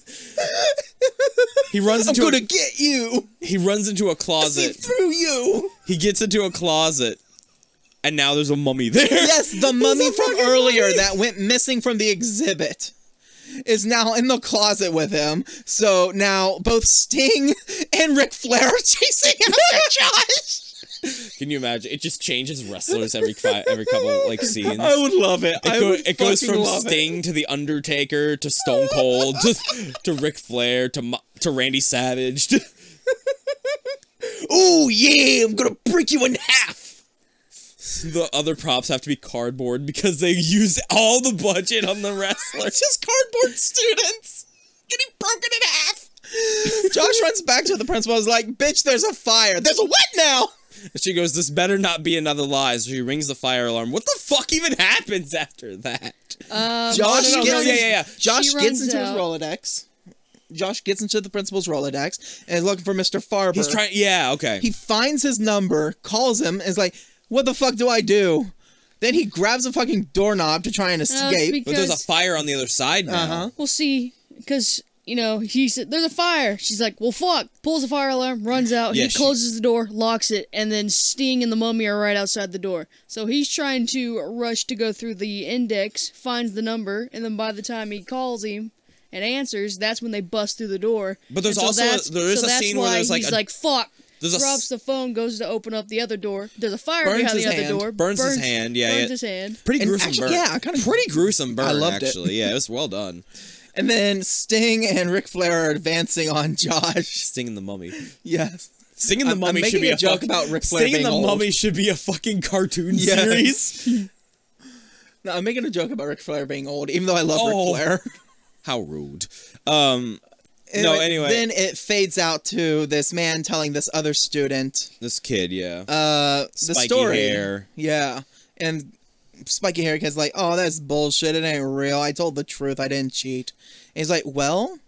S3: he runs
S2: I'm
S3: into
S2: gonna
S3: a,
S2: get you.
S3: he runs into a
S2: See
S3: closet.
S2: through you.
S3: He gets into a closet, and now there's a mummy there.
S2: Yes, the mummy
S3: a
S2: from
S3: fucking
S2: earlier
S3: mummy.
S2: that went missing from the exhibit is now in the closet with him. So now both Sting and Ric Flair are chasing after Josh.
S3: Can you imagine? It just changes wrestlers every fi- every couple like scenes.
S2: I would love it.
S3: It,
S2: I
S3: go-
S2: would
S3: it goes
S2: fucking
S3: from
S2: love it.
S3: Sting to The Undertaker to Stone Cold to, to Ric Flair to Mo- to Randy Savage. to-
S2: Ooh yeah, I'm gonna break you in half.
S3: the other props have to be cardboard because they used all the budget on the wrestler.
S2: It's just cardboard students getting broken in half. Josh runs back to the principal. Is like, bitch, there's a fire. There's a what now?
S3: She goes, "This better not be another lie." So she rings the fire alarm. What the fuck even happens after that?
S4: Um,
S2: Josh
S3: no, no,
S2: gets,
S3: no, yeah, yeah, yeah.
S2: Josh
S4: She
S2: gets
S4: runs
S2: into his
S4: out.
S2: Rolodex. Josh gets into the principal's Rolodex and is looking for Mr. Farber.
S3: He's trying. Yeah, okay.
S2: he finds his number, calls him, and is like, "What the fuck do I do?" Then he grabs a fucking doorknob to try and
S4: no, it's
S2: escape.
S3: but there's a
S4: because
S3: fire on the other side now.
S2: Uh-huh.
S4: we'll see, because you know, he said, there's a fire. She's like, well, fuck. Pulls the fire alarm, runs out.
S3: Yeah,
S4: he
S3: she-
S4: closes the door, locks it, and then Sting and the mummy are right outside the door. So he's trying to rush to go through the index, finds the number, and then by the time he calls him and answers, that's when they bust through the door.
S3: But there's
S4: And so
S3: also a-
S4: that's-
S3: there is
S4: so
S3: a
S4: that's
S3: scene where
S4: why
S3: there's, like,
S4: he's
S3: a-
S4: like, fuck.
S3: There's a s-
S4: drops the phone, goes to open up the other door. There's a fire
S2: Burns
S4: behind
S2: his
S4: the other
S2: hand.
S4: door.
S3: Burns his hand, yeah,
S4: burns
S3: yeah.
S4: his hand.
S3: Pretty
S2: And
S3: gruesome
S2: actually-
S3: burn.
S2: yeah, I kinda-
S3: pretty gruesome burn.
S2: loved it.
S3: actually, yeah, it was well done.
S2: And then Sting and Ric Flair are advancing on Josh.
S3: Stinging the mummy.
S2: Yes.
S3: Stinging the
S2: I'm- I'm
S3: mummy should
S2: making
S3: be
S2: a
S3: a,
S2: joke
S3: fuck-
S2: about Ric Flair
S3: Stinging
S2: being
S3: the
S2: old.
S3: mummy should be a fucking cartoon
S2: Yes.
S3: series.
S2: No, I'm making a joke about Ric Flair being old, even though I love
S3: Oh.
S2: Ric Flair.
S3: How rude. Um, no, anyway,
S2: Then it fades out to this man telling this other student
S3: this kid, yeah,
S2: uh, the
S3: Spiky
S2: story.
S3: hair.
S2: Yeah. And Spiky Hair kid's like, oh, that's bullshit. It ain't real. I told the truth. I didn't cheat. And he's like, well,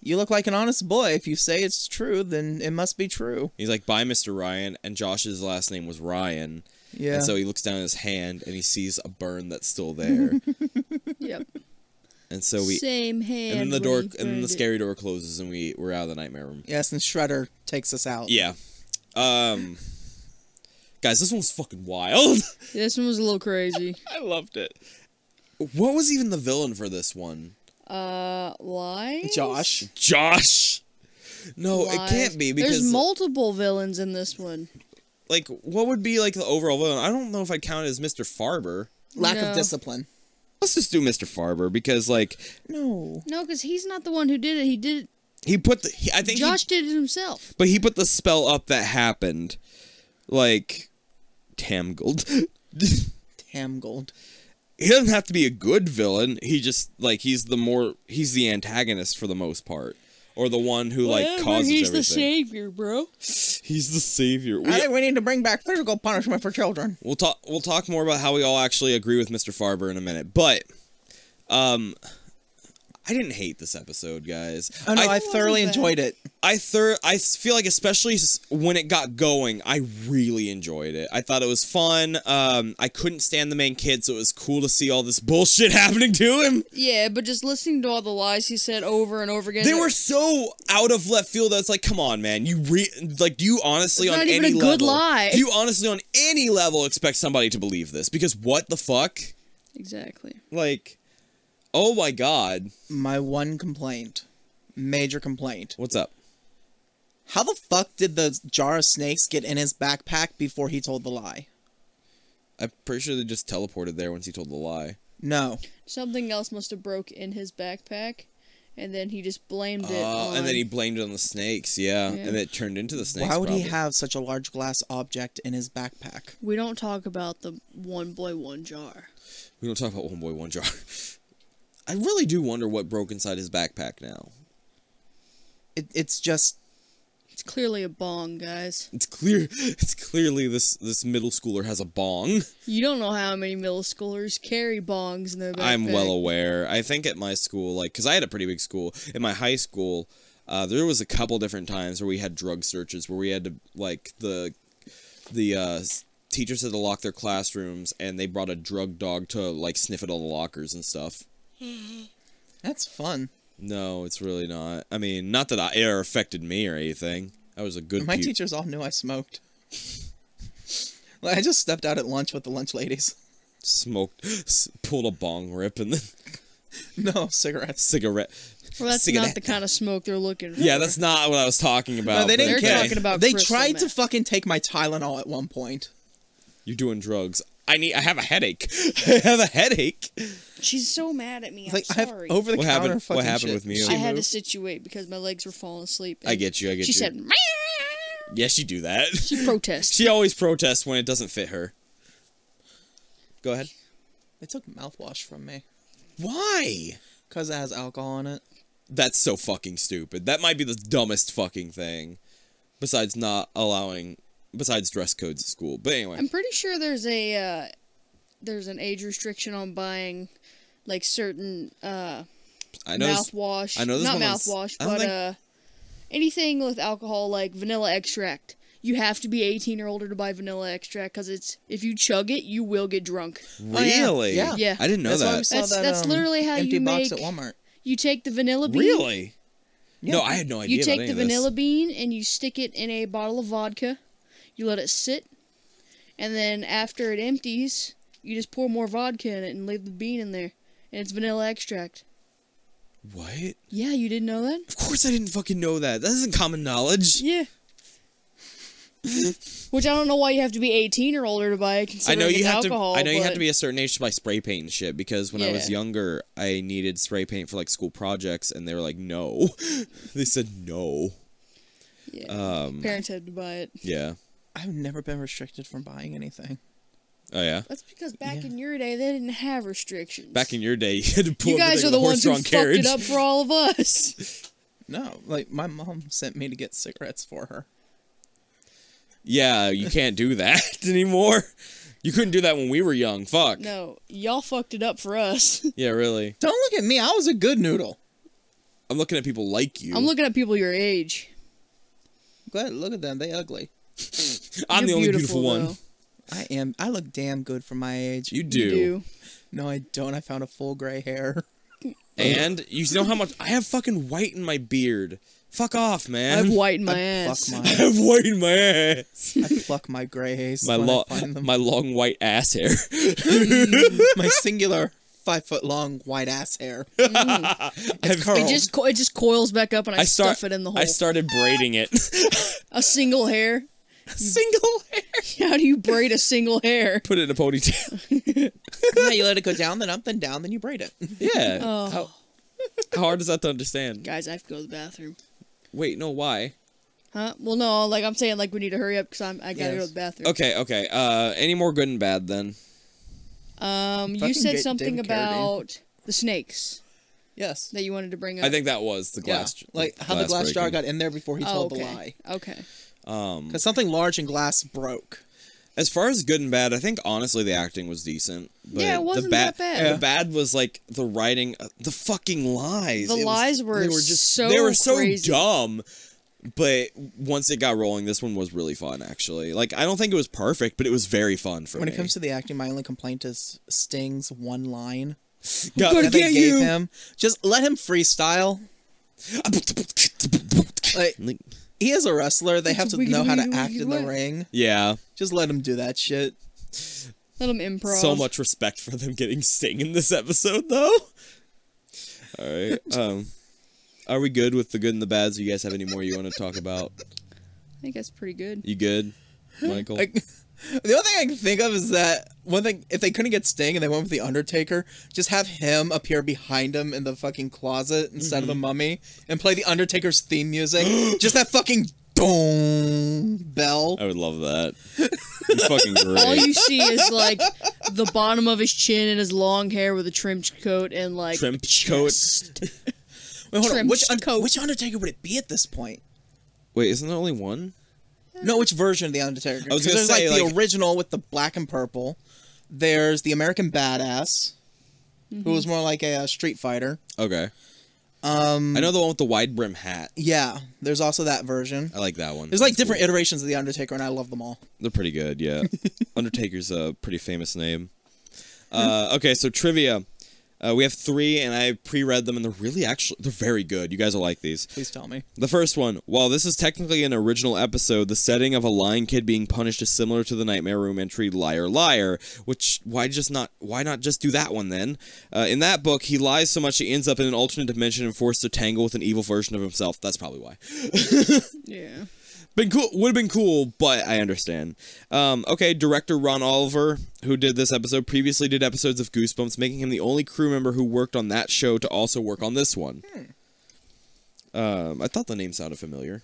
S2: you look like an honest boy. If you say it's true, then it must be true.
S3: he's like, "Bye, Mr. Ryan," and Josh's last name was Ryan.
S2: Yeah.
S3: And so he looks down at his hand and he sees a burn that's still there.
S4: Yep.
S3: and so we
S4: Same hand.
S3: and then the
S4: when
S3: door
S4: he
S3: and then
S4: burned
S3: the
S4: it.
S3: scary door closes and we we're out of the nightmare room.
S2: yes, and Shredder takes us out.
S3: Yeah. Um Guys, this one was fucking wild.
S4: This one was a little crazy.
S3: I loved it. What was even the villain for this one?
S4: Uh, why?
S2: Josh.
S3: Josh. No, it can't be because
S4: there's multiple villains in this one.
S3: like what would be like the overall villain? I don't know if I'd count it as Mr. Farber.
S2: Lack
S4: No.
S2: of discipline.
S3: Let's just do Mr. Farber because like
S2: No.
S4: No, because he's not the one who did it. He did.
S3: he put the he, I
S4: It,
S3: think he
S4: Josh did it himself.
S3: But he put the spell up that happened. Like Tamgled. he
S2: Tamgold.
S3: doesn't have to be a good villain. He just like he's the more he's the antagonist for the most part. Or the one who like causes everything.
S4: savior, bro.
S3: He's the savior.
S2: I
S3: We,
S2: think we need to bring back physical punishment for children.
S3: we'll talk we'll talk more about how we all actually agree with Mr. Farber in a minute. But um I didn't hate this episode, guys.
S2: Oh no, I,
S3: I
S2: thoroughly
S4: wasn't bad.
S2: enjoyed it.
S3: I thir- I s- feel like especially s- when it got going, I really enjoyed it. I thought it was fun. Um, I couldn't stand the main kid, so it was cool to see all this bullshit happening to him.
S4: Yeah, but just listening to all the lies he said over and over again.
S3: They were so out of left field. That's like, come on, man. You re- like, do you honestly
S4: It's
S3: on
S4: not even
S3: any
S4: a good
S3: level?
S4: lie.
S3: Do you honestly on any level expect somebody to believe this? Because what the fuck?
S4: exactly.
S3: Like, oh my god,
S2: My one complaint, major complaint.
S3: what's up?
S2: How the fuck did the jar of snakes get in his backpack before he told the lie?
S3: I'm pretty sure they just teleported there once he told the lie.
S2: No.
S4: Something else must have broke in his backpack, and then he just blamed it.
S3: Uh,
S4: on,
S3: and then he blamed it on the snakes, yeah.
S4: Yeah.
S3: And it turned into the snakes.
S2: Why would he
S3: probably.
S2: have such a large glass object in his backpack?
S4: We don't talk about the one boy, one jar.
S3: We don't talk about one boy, one jar. I really do wonder what broke inside his backpack now.
S2: It, it's just
S4: It's clearly a bong, guys.
S3: It's clear. It's clearly this this middle schooler has a bong.
S4: You don't know how many middle schoolers carry bongs in their backpack.
S3: I'm well aware. I think at my school, like, cause I had a pretty big school. In my high school, uh, there was a couple different times where we had drug searches where we had to like the the uh, s- teachers had to lock their classrooms and they brought a drug dog to like sniff at all the lockers and stuff.
S2: that's fun.
S3: No, it's really not. I mean, not that I, it affected me or anything. I was a good.
S2: My
S3: pu-
S2: teachers all knew I smoked. Like, I just stepped out at lunch with the lunch ladies.
S3: smoked, s- pulled a bong rip, and then
S2: No cigarettes.
S3: cigarette.
S4: Well, that's
S3: cigarette.
S4: not the kind of smoke they're looking for.
S3: Yeah, that's not what I was talking about.
S2: No, they
S3: but
S2: didn't
S4: They're
S2: care.
S4: talking about
S2: they
S4: crystal
S2: tried to
S4: meth.
S2: fucking take my Tylenol at one point.
S3: You're doing drugs. I need. I have a headache. I have a headache.
S4: She's so mad at me.
S2: It's like I
S4: I'm
S2: have
S4: sorry.
S2: over the
S3: What
S2: counter
S3: happened- what
S2: fucking
S3: happened
S2: shit.
S3: with me?
S2: She
S4: I had to
S2: moved.
S4: situate because my legs were falling asleep.
S3: I
S4: and
S3: get you. I get
S4: She
S3: you.
S4: said, "Meow."
S3: yes, you do that.
S4: she protests.
S3: She always protests when it doesn't fit her. Go ahead.
S2: They took mouthwash from me
S3: Why?
S2: because it has alcohol in it.
S3: That's so fucking stupid. That might be the dumbest fucking thing. Besides not allowing, besides dress codes at school. But anyway,
S4: I'm pretty sure there's a uh, there's an age restriction on buying like certain uh,
S3: I know. this-
S4: mouthwash. oh,
S3: I know this
S4: not
S3: one was-
S4: mouthwash,
S3: I don't
S4: but
S3: think-
S4: uh, anything with alcohol like vanilla extract. You have to be 18 or older to buy vanilla extract because it's if you chug it, you will get drunk.
S2: yeah.
S3: Really?
S2: Yeah.
S4: Yeah.
S3: I didn't know
S2: That's why
S3: that.
S2: we saw
S4: That's-
S2: that,
S4: that's
S2: um,
S4: literally how
S2: empty
S4: you
S2: box at
S4: make-
S2: Walmart.
S4: You take the vanilla bean.
S3: Really? No, I had no idea.
S4: You
S3: about
S4: take
S3: any
S4: the
S3: of this.
S4: vanilla bean and you stick it in a bottle of vodka. You let it sit. And then after it empties, you just pour more vodka in it and leave the bean in there. And it's vanilla extract.
S3: What?
S4: Yeah, you didn't know that?
S3: Of course, I didn't fucking know that. That isn't common knowledge.
S4: Yeah. Which I don't know why you have to be 18 or older to buy it.
S3: I know
S4: considering
S3: you
S4: it's
S3: have
S4: alcohol,
S3: to. I know you have
S4: but-
S3: to be a certain age to buy spray paint and shit. Because when I was
S4: Yeah.
S3: younger, I needed spray paint for like school projects, and they were like, "No," they said no.
S4: Yeah.
S3: Um,
S4: Parents had to buy it.
S3: yeah.
S2: I've never been restricted from buying anything.
S3: Oh yeah.
S4: That's because back in your day, they didn't have restrictions.
S3: Back in your day, you had to pull
S4: you guys
S3: everything
S4: are
S3: in
S4: the
S3: a
S4: ones who
S3: horse-drawn
S4: fucked
S3: carriage.
S4: it up for all of us.
S2: No, like my mom sent me to get cigarettes for her.
S3: Yeah, you can't do that anymore. You couldn't do that when we were young. Fuck.
S4: No, y'all fucked it up for us.
S3: Yeah, really.
S2: Don't look at me. I was a good noodle.
S3: I'm looking at people like you.
S4: I'm looking at people your age.
S2: Glad look at them. They ugly.
S3: I'm the
S4: You're
S3: only beautiful, one.
S4: though.
S2: I am. I look damn good for my age.
S3: You do.
S4: You do.
S2: No, I don't. I found a full gray hair.
S3: And you know how much I have fucking white in my beard. Fuck off,
S4: I
S3: man.
S4: have white in my ass.
S2: Pluck
S3: I
S2: my.
S3: have white in my ass.
S2: I pluck my grays.
S3: My
S2: when I
S3: long,
S2: find them.
S3: my long white ass hair.
S2: my singular five foot long white ass hair.
S3: I've-
S2: It's curled.
S4: It just co- it just coils back up and I,
S3: I start.
S4: stuff it in the hole.
S3: I started braiding it.
S4: a single hair.
S3: Single hair.
S4: How do you braid a single hair?
S3: Put it in a ponytail.
S2: yeah, you let it go down, then up, then down, then you braid it.
S3: Yeah.
S4: Oh.
S3: How, how hard is that to understand?
S4: Guys, I have to go to the bathroom.
S3: Wait, no. Why?
S4: Huh? Well, no, like I'm saying, like we need to hurry up because I'm I gotta go
S2: Yes.
S4: to the bathroom.
S3: Okay. Okay. Uh, any more good and bad then?
S4: Um, you
S2: Fucking
S4: said
S2: get
S4: something
S2: David Carradine.
S4: about the snakes
S2: Yes.
S4: that you wanted to bring up.
S3: I think that was the
S2: Yeah,
S3: glass.
S2: like how the glass jar
S3: breaking.
S2: got
S3: Um,
S2: in there before he
S4: Oh,
S2: told
S4: okay.
S2: the lie.
S4: Okay.
S2: Because something large and glass broke.
S3: As far as good and bad, I think honestly the acting was decent. But
S4: Yeah, it
S3: the
S4: wasn't
S3: bad,
S4: that bad.
S3: The bad was like the writing, uh, the fucking lies.
S4: The
S3: It was-
S4: lies were
S3: they were just
S4: so
S3: they were so
S4: crazy.
S3: dumb. But once it got rolling, this one was really fun. Actually, like I don't think it was perfect, but it was very fun for
S2: When
S3: me.
S2: it comes to the acting, my only complaint is Sting's one line
S3: God,
S2: that they
S3: thank
S2: gave
S3: you.
S2: him. Just let him freestyle. Like,
S3: Like,
S2: he is a wrestler. They have to
S4: Wiggly,
S2: know how to
S4: wiggly,
S2: act in the
S4: wiggly.
S2: ring.
S3: yeah,
S2: Just let him do that shit.
S4: Let them improv.
S3: so much respect for them getting Sting in this episode, though. All right, um, are we good with the good and the bads? You guys have any more you want to talk about?
S4: I think that's pretty good.
S3: You good, Michael?
S2: Like the only thing I can think of is that one thing if they couldn't get Sting and they went with the Undertaker, just have him appear behind him in the fucking closet instead
S3: Mm-hmm.
S2: of the mummy and play the Undertaker's theme music. just that fucking dong bell.
S3: I would love that. It's fucking
S4: All
S3: great.
S4: you see is like the bottom of his chin and his long hair with a trimmed coat and like
S3: Trim coat.
S2: Wait, hold on.
S4: trimmed
S2: Which un-
S4: coat.
S2: which Undertaker would it be at this point?
S3: Wait, isn't there only one?
S2: No, which version of the Undertaker?
S3: I was
S2: 'Cause there's
S3: gonna say,
S2: like the
S3: like-
S2: original with the black and purple. There's the American Badass,
S3: Mm-hmm.
S2: who was more like a, uh street fighter.
S3: Okay. Um, I know the one with the wide brim hat.
S2: Yeah, there's also that version.
S3: I like that one.
S2: There's like
S3: That's
S2: different
S3: cool.
S2: iterations of the Undertaker, and I love them all.
S3: They're pretty good. Yeah, Undertaker's a pretty famous name. Uh, okay, so trivia. Uh, we have three, and I pre-read them, and they're really actually they're very good. You guys will like these.
S2: Please tell me.
S3: The first one. While this is technically an original episode, the setting of a lying kid being punished is similar to the Nightmare Room entry "Liar, Liar," which why just not why not just do that one then? Uh, in that book, he lies so much he ends up in an alternate dimension and forced to tangle with an evil version of himself. That's probably why.
S4: Yeah.
S3: Been cool would have been cool, but I understand. Um, okay, director Ron Oliver, who did this episode, previously did episodes of Goosebumps, making him the only crew member who worked on that show to also work on this one. Um, I thought the name sounded familiar.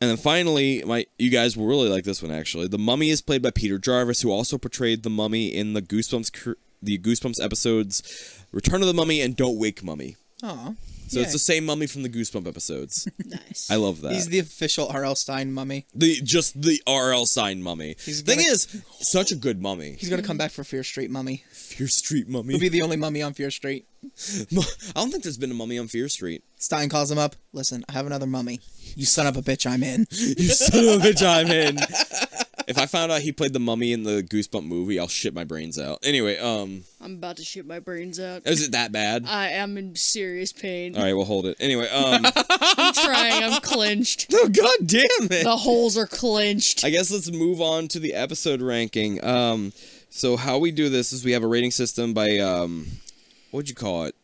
S3: And then finally, my you guys will really like this one actually. The Mummy is played by Peter Jarvis, who also portrayed the Mummy in the Goosebumps cr- the Goosebumps episodes Return of the Mummy and Don't Wake Mummy.
S2: Aw.
S3: So it's the same mummy from the Goosebump episodes.
S4: Nice.
S3: I love that.
S2: He's the official R.L. Stein mummy.
S3: The just the RL sign mummy.
S2: He's
S3: Thing
S2: gonna-
S3: is, such a good mummy.
S2: He's gonna come back for Fear Street mummy.
S3: Fear Street mummy.
S2: He'll be the only mummy on Fear Street.
S3: I don't think there's been a mummy on Fear Street.
S2: Stein calls him up. Listen, I have another mummy. You son of a bitch, I'm in.
S3: You son of a bitch, I'm in. If I found out he played the mummy in the Goosebump movie, I'll shit my brains out. Anyway, um,
S4: I'm about to shit my brains out.
S3: is it that bad?
S4: I am in serious pain.
S3: All right, we'll hold it. Anyway, um,
S4: I'm trying. I'm clenched.
S3: oh, god damn it!
S4: The holes are clenched.
S3: I guess let's move on to the episode ranking. Um, so how we do this is we have a rating system by um, what'd you call it?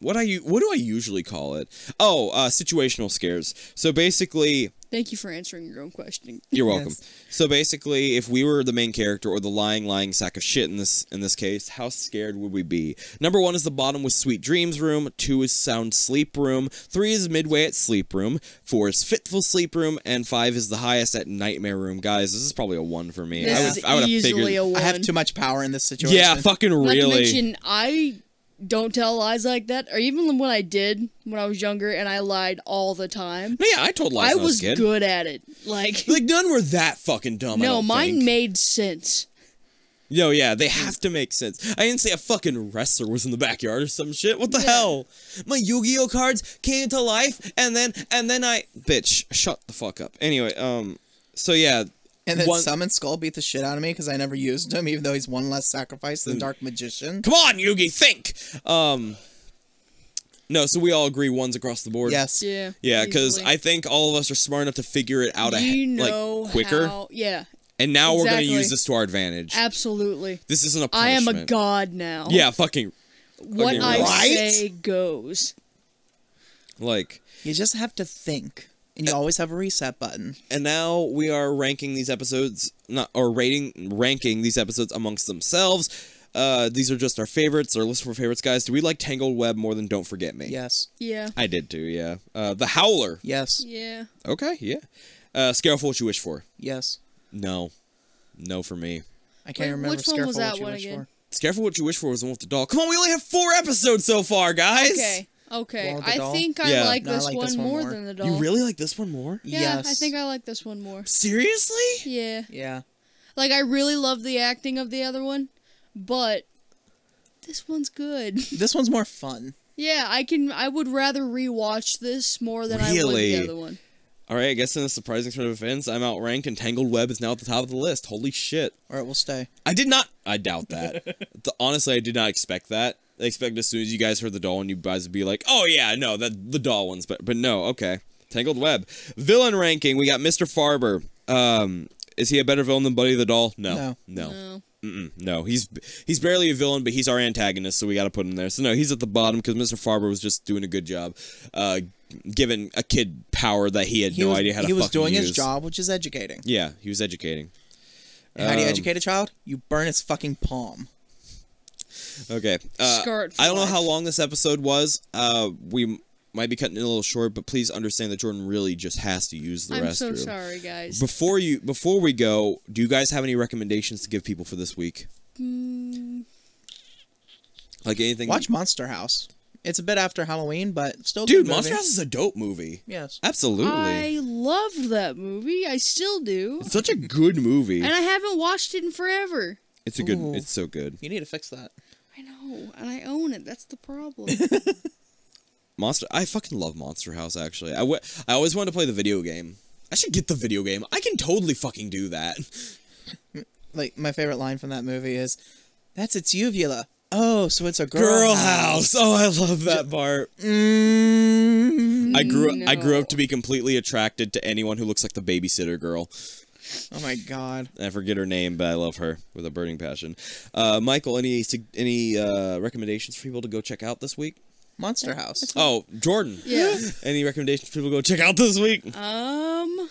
S3: What I u- what do I usually call it? Oh, uh, situational scares. So basically,
S4: Thank you for answering your own question.
S3: You're welcome.
S2: Yes.
S3: So basically, if we were the main character or the lying, lying sack of shit in this in this case, how scared would we be? Number one is the bottom with sweet dreams room. Two is sound sleep room. Three is midway at sleep room. Four is fitful sleep room, and five is the highest at nightmare room. Guys, this is probably a one for me.
S4: This
S3: I
S4: is
S3: would, I would have
S4: easily
S3: figured.
S4: a one.
S2: I have too much power in this situation.
S3: yeah, fucking
S4: Not
S3: really.
S4: to mention, I don't tell lies like that, or even when I did when I was younger and I lied all the time.
S3: No, yeah, I told lies.
S4: I
S3: when
S4: was
S3: a kid.
S4: good at it. Like,
S3: Like none were that fucking dumb. I
S4: no,
S3: don't
S4: mine
S3: think.
S4: made sense.
S3: No, yeah, they
S4: Mm.
S3: have to make sense. I didn't say a fucking wrestler was in the backyard or some shit. What the hell? My Yu-Gi-Oh cards came to life, and then and then I, bitch, shut the fuck up. Anyway, um, so yeah,
S2: And then
S3: one-
S2: Summon Skull beat the shit out of me because I never used him, even though he's one less sacrifice than Dark Magician.
S3: come on, Yugi, think. Um, no, so we all agree ones across the board.
S2: Yes.
S4: Yeah.
S3: Yeah, because
S4: easily.
S3: I think all of us are smart enough to figure it out
S4: you
S3: ahead,
S4: know
S3: like quicker,
S4: how- yeah,
S3: and now we're
S4: Exactly.
S3: gonna use this to our advantage.
S4: absolutely.
S3: this isn't a
S4: I am
S3: punishment.
S4: a god now.
S3: Yeah, fucking
S4: What
S3: Okay,
S4: I
S3: right?
S4: say goes.
S3: like.
S2: You just have to think,
S3: Eh.
S2: and you always have a reset button.
S3: and now we are ranking these episodes not or rating ranking these episodes amongst themselves uh these are just our favorites our list for favorites guys do we like tangled web more than don't forget me
S2: Yes.
S4: Yeah.
S3: i did too yeah uh the howler
S2: Yes.
S4: Yeah.
S3: okay yeah uh scareful what you wish for
S2: Yes.
S3: no no for me
S2: I can't
S4: Wait,
S2: remember.
S4: which one was
S2: Scareful,
S4: that
S2: what you
S4: one
S2: wish
S4: again?
S2: for.
S3: Scareful what you wish for was the one with the doll. Come on, we only have four episodes so far, guys.
S4: Okay. Okay.
S2: Well, the
S4: I
S2: doll?
S4: think I
S3: Yeah.
S4: like
S2: No, I
S4: this
S2: like
S4: one
S2: this one
S4: more,
S2: more.
S4: than the doll.
S3: You really like this one more?
S4: Yeah,
S2: yes.
S4: I think I like this one more.
S3: Seriously?
S4: Yeah.
S2: Yeah.
S4: Like I really love the acting of the other one, but this one's good.
S2: This one's more fun.
S4: yeah, I can I would rather rewatch this more than I would
S3: Really?
S4: the other one.
S3: All right, I guess in a surprising turn of events, I'm outranked and Tangled Web is now at the top of the list. Holy shit.
S2: Or it will stay.
S3: I did not. I doubt that. Th- Honestly, I did not expect that. I expected as soon as you guys heard the doll, and you guys would be like, "Oh yeah, no, that the doll one's." But but no, okay. Tangled Web villain ranking. We got Mr. Farber. Um, is he a better villain than Buddy the Doll? No,
S2: No.
S3: no, no.
S4: No.
S3: He's he's barely a villain, but he's our antagonist, so we got to put him there. So no, he's at the bottom because Mr. Farber was just doing a good job, uh, giving a kid power that he had
S2: He
S3: no
S2: was,
S3: idea how to.
S2: he was
S3: fucking
S2: doing his
S3: use.
S2: job, which is educating.
S3: Yeah, he was educating.
S2: And how do you
S3: Um,
S2: educate a child? You burn his fucking palm.
S3: Okay. Uh,
S4: Scarred for
S3: I don't know
S4: life.
S3: how long this episode was. Uh, we m- might be cutting it a little short, but please understand that Jordan really just has to use the
S4: I'm so
S3: restroom.
S4: sorry, guys.
S3: Before you, before we go, do you guys have any recommendations to give people for this week?
S4: Mm.
S3: Like anything?
S2: Watch Monster House. It's a bit after Halloween, but still. a
S3: dude,
S2: good
S3: Monster
S2: movie.
S3: House is a dope movie.
S2: Yes.
S3: Absolutely,
S4: I loved that movie. I still do.
S3: it's such a good movie.
S4: And I haven't watched it in forever.
S3: It's a good.
S2: Ooh.
S3: It's so good.
S2: You need to fix that.
S4: I know, and I own it. That's the problem.
S3: Monster. I fucking love Monster House. Actually, I wa- I always wanted to play the video game. I should get the video game. I can totally fucking do that.
S2: Like my favorite line from that movie is, "That's its uvula." Oh, so it's a girl,
S3: Girl House. Oh, I love that part.
S2: Mm.
S3: I grew I grew up
S4: No.
S3: to be completely attracted to anyone who looks like the babysitter girl.
S2: Oh my god.
S3: I forget her name, but I love her with a burning passion. Uh, Michael, any sig- any uh, recommendations for people to go check out this week?
S2: Monster House.
S3: Oh, Jordan.
S4: Yeah.
S3: Any recommendations for people to go check out this week?
S4: Um.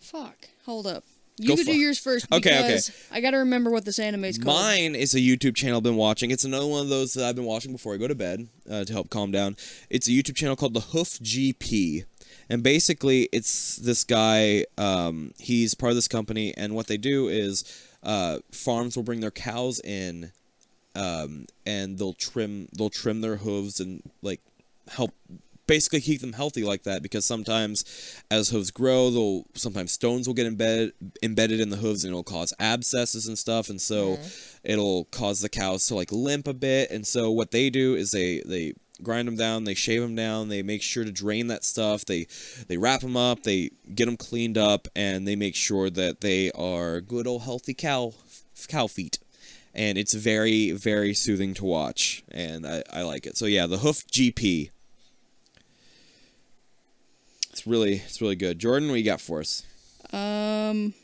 S4: Fuck. Hold up. You
S3: Go
S4: could
S3: fuck.
S4: do yours first.
S3: Okay, okay.
S4: because I gotta remember what this anime's called.
S3: Mine is a YouTube channel I've been watching. It's another one of those that I've been watching before I go to bed uh, to help calm down. It's a YouTube channel called the Hoof GP, and basically it's this guy. Um, he's part of this company, and what they do is uh, farms will bring their cows in, um, and they'll trim they'll trim their hooves and like help basically keep them healthy like that because sometimes as hooves grow they'll sometimes stones will get embedded embedded in the hooves and it'll cause abscesses and stuff and so it'll cause the cows to like limp a bit and so what they do is they they grind them down, they shave them down, they make sure to drain that stuff, they they wrap them up, they get them cleaned up, and they make sure that they are good old healthy cow cow feet. And it's very very soothing to watch, and I, I like it. So yeah, the Hoof GP. It's really it's really good. Jordan, what you got for us?
S4: Um,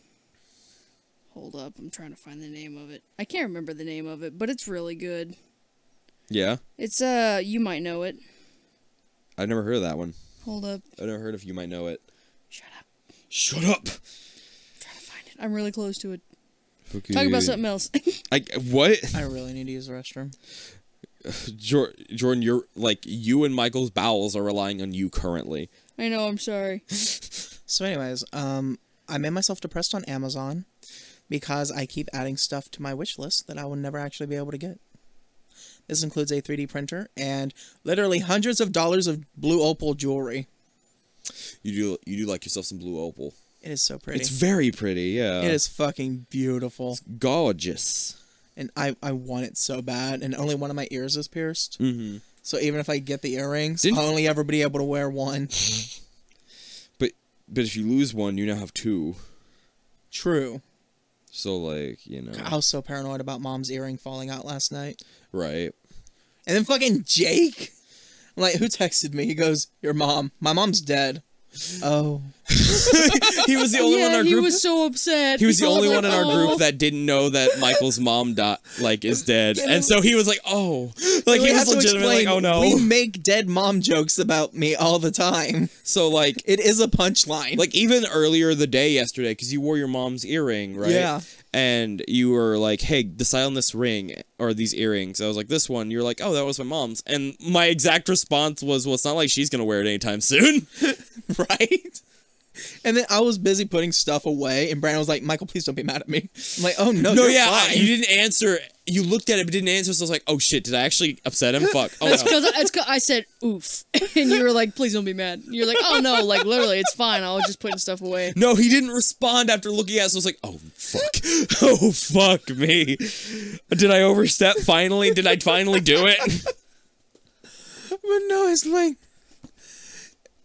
S4: hold up, I'm trying to find the name of it. I can't remember the name of it, but it's really good.
S3: Yeah,
S4: It's uh, you might know it.
S3: I've never heard of that one.
S4: Hold up,
S3: I've never heard of you might know it.
S4: shut up, I'm
S3: Shut up.
S4: trying to find it. I'm really close to it. Talk about something else.
S3: I what?
S2: I really need to use the restroom.
S3: Jor- Jordan, you're like you and Michael's bowels are relying on you currently.
S4: I know. I'm sorry.
S2: So, anyways, um, I made myself depressed on Amazon because I keep adding stuff to my wish list that I will never actually be able to get. This includes a 3D printer and literally hundreds of dollars of blue opal jewelry.
S3: You do you do like yourself some blue opal.
S2: It is so pretty.
S3: It's uh, very pretty, yeah.
S2: it is fucking beautiful.
S3: gorgeous.
S2: And I, I want it so bad. And only one of my ears is pierced. Mm-hmm. So even if I get the earrings,
S3: Didn't-
S2: I'll only ever be able to wear one.
S3: But but if you lose one, you now have two.
S2: True.
S3: So like, you know.
S2: I was so paranoid about mom's earring falling out last night.
S3: Right.
S2: And then fucking Jake, I'm like, who texted me? He goes, Your mom. My mom's dead. Oh.
S3: He was the only one in
S4: yeah,
S3: our
S4: he
S3: group.
S4: was so upset.
S3: he was the
S4: I
S3: only
S4: like,
S3: one in our
S4: "Oh."
S3: group that didn't know that Michael's mom dot like is dead. And so he was like, "Oh." Like
S2: We
S3: he
S2: have
S3: was
S2: to
S3: legitimately like,
S2: explain,
S3: "Oh no."
S2: We make dead mom jokes about me all the time.
S3: so like
S2: It is a punchline.
S3: like even earlier the day yesterday because you wore your mom's earring right
S2: Yeah.
S3: and you were like hey decide on this ring or these earrings i was like this one you're like oh that was my mom's and my exact response was well it's not like she's gonna wear it anytime soon
S2: right? And then I was busy putting stuff away, and Brandon was like, "Michael, please don't be mad at me." I'm like, "Oh no,
S3: no
S2: you're
S3: yeah I-
S2: fine."
S3: you didn't answer you looked at it but didn't answer so i was like oh shit did i actually upset him fuck oh
S4: That's
S3: no.
S4: because that's 'cause I said oof, and you were like, "Please don't be mad." You're like, "Oh no, like literally, it's fine. I was just putting stuff away."
S3: No, he didn't respond after looking at us. I was like, oh, fuck. Oh, fuck me. Did I overstep finally? Did I finally do it?
S2: but no, it's like,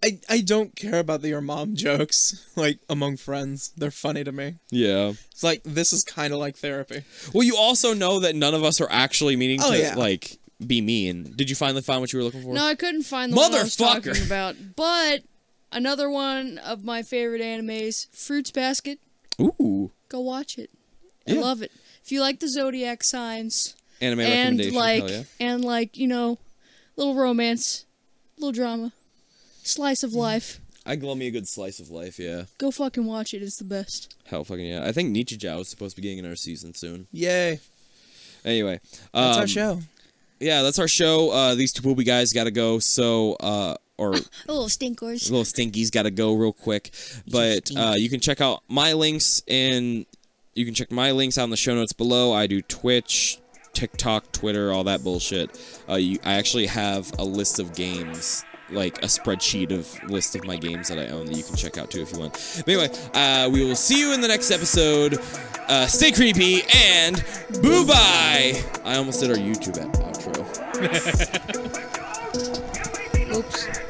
S2: I I don't care about the your mom jokes like among friends. They're funny to me.
S3: Yeah.
S2: It's like this is kind of like therapy.
S3: Well, you also know that none of us are actually meaning
S2: Oh,
S3: to
S2: yeah.
S3: like be mean. Did you finally find what you were looking for?
S4: No, I couldn't find the one I was
S3: Motherfucker.
S4: talking about, but another one of my favorite animes, Fruits Basket.
S3: Ooh.
S4: Go watch it. I
S3: Yeah.
S4: love it. If you like the zodiac signs
S3: Anime
S4: and
S3: recommendation.
S4: like
S3: hell yeah.
S4: and like you know, little romance, little drama, slice
S3: Mm-hmm.
S4: of life.
S3: I love me a good slice of life. Yeah.
S4: Go fucking watch it. It's the best.
S3: Hell fucking yeah. I think Nietzsche Jow is supposed to be getting another season soon.
S2: Yay,
S3: Anyway,
S2: that's our
S3: um,
S2: show.
S3: Yeah, that's our show. Uh, these two booby guys gotta go. So, uh, or
S4: Oh, stinkers.
S3: little stinkies gotta go real quick. But uh, you can check out my links and you can check my links out in the show notes below. I do Twitch, TikTok, Twitter, all that bullshit. Uh, you, I actually have a list of games, like a spreadsheet of list of my games that I own that you can check out too if you want. But anyway, uh, we will see you in the next episode. Uh, stay creepy and boo bye. I almost did our YouTube outro.
S4: Oops.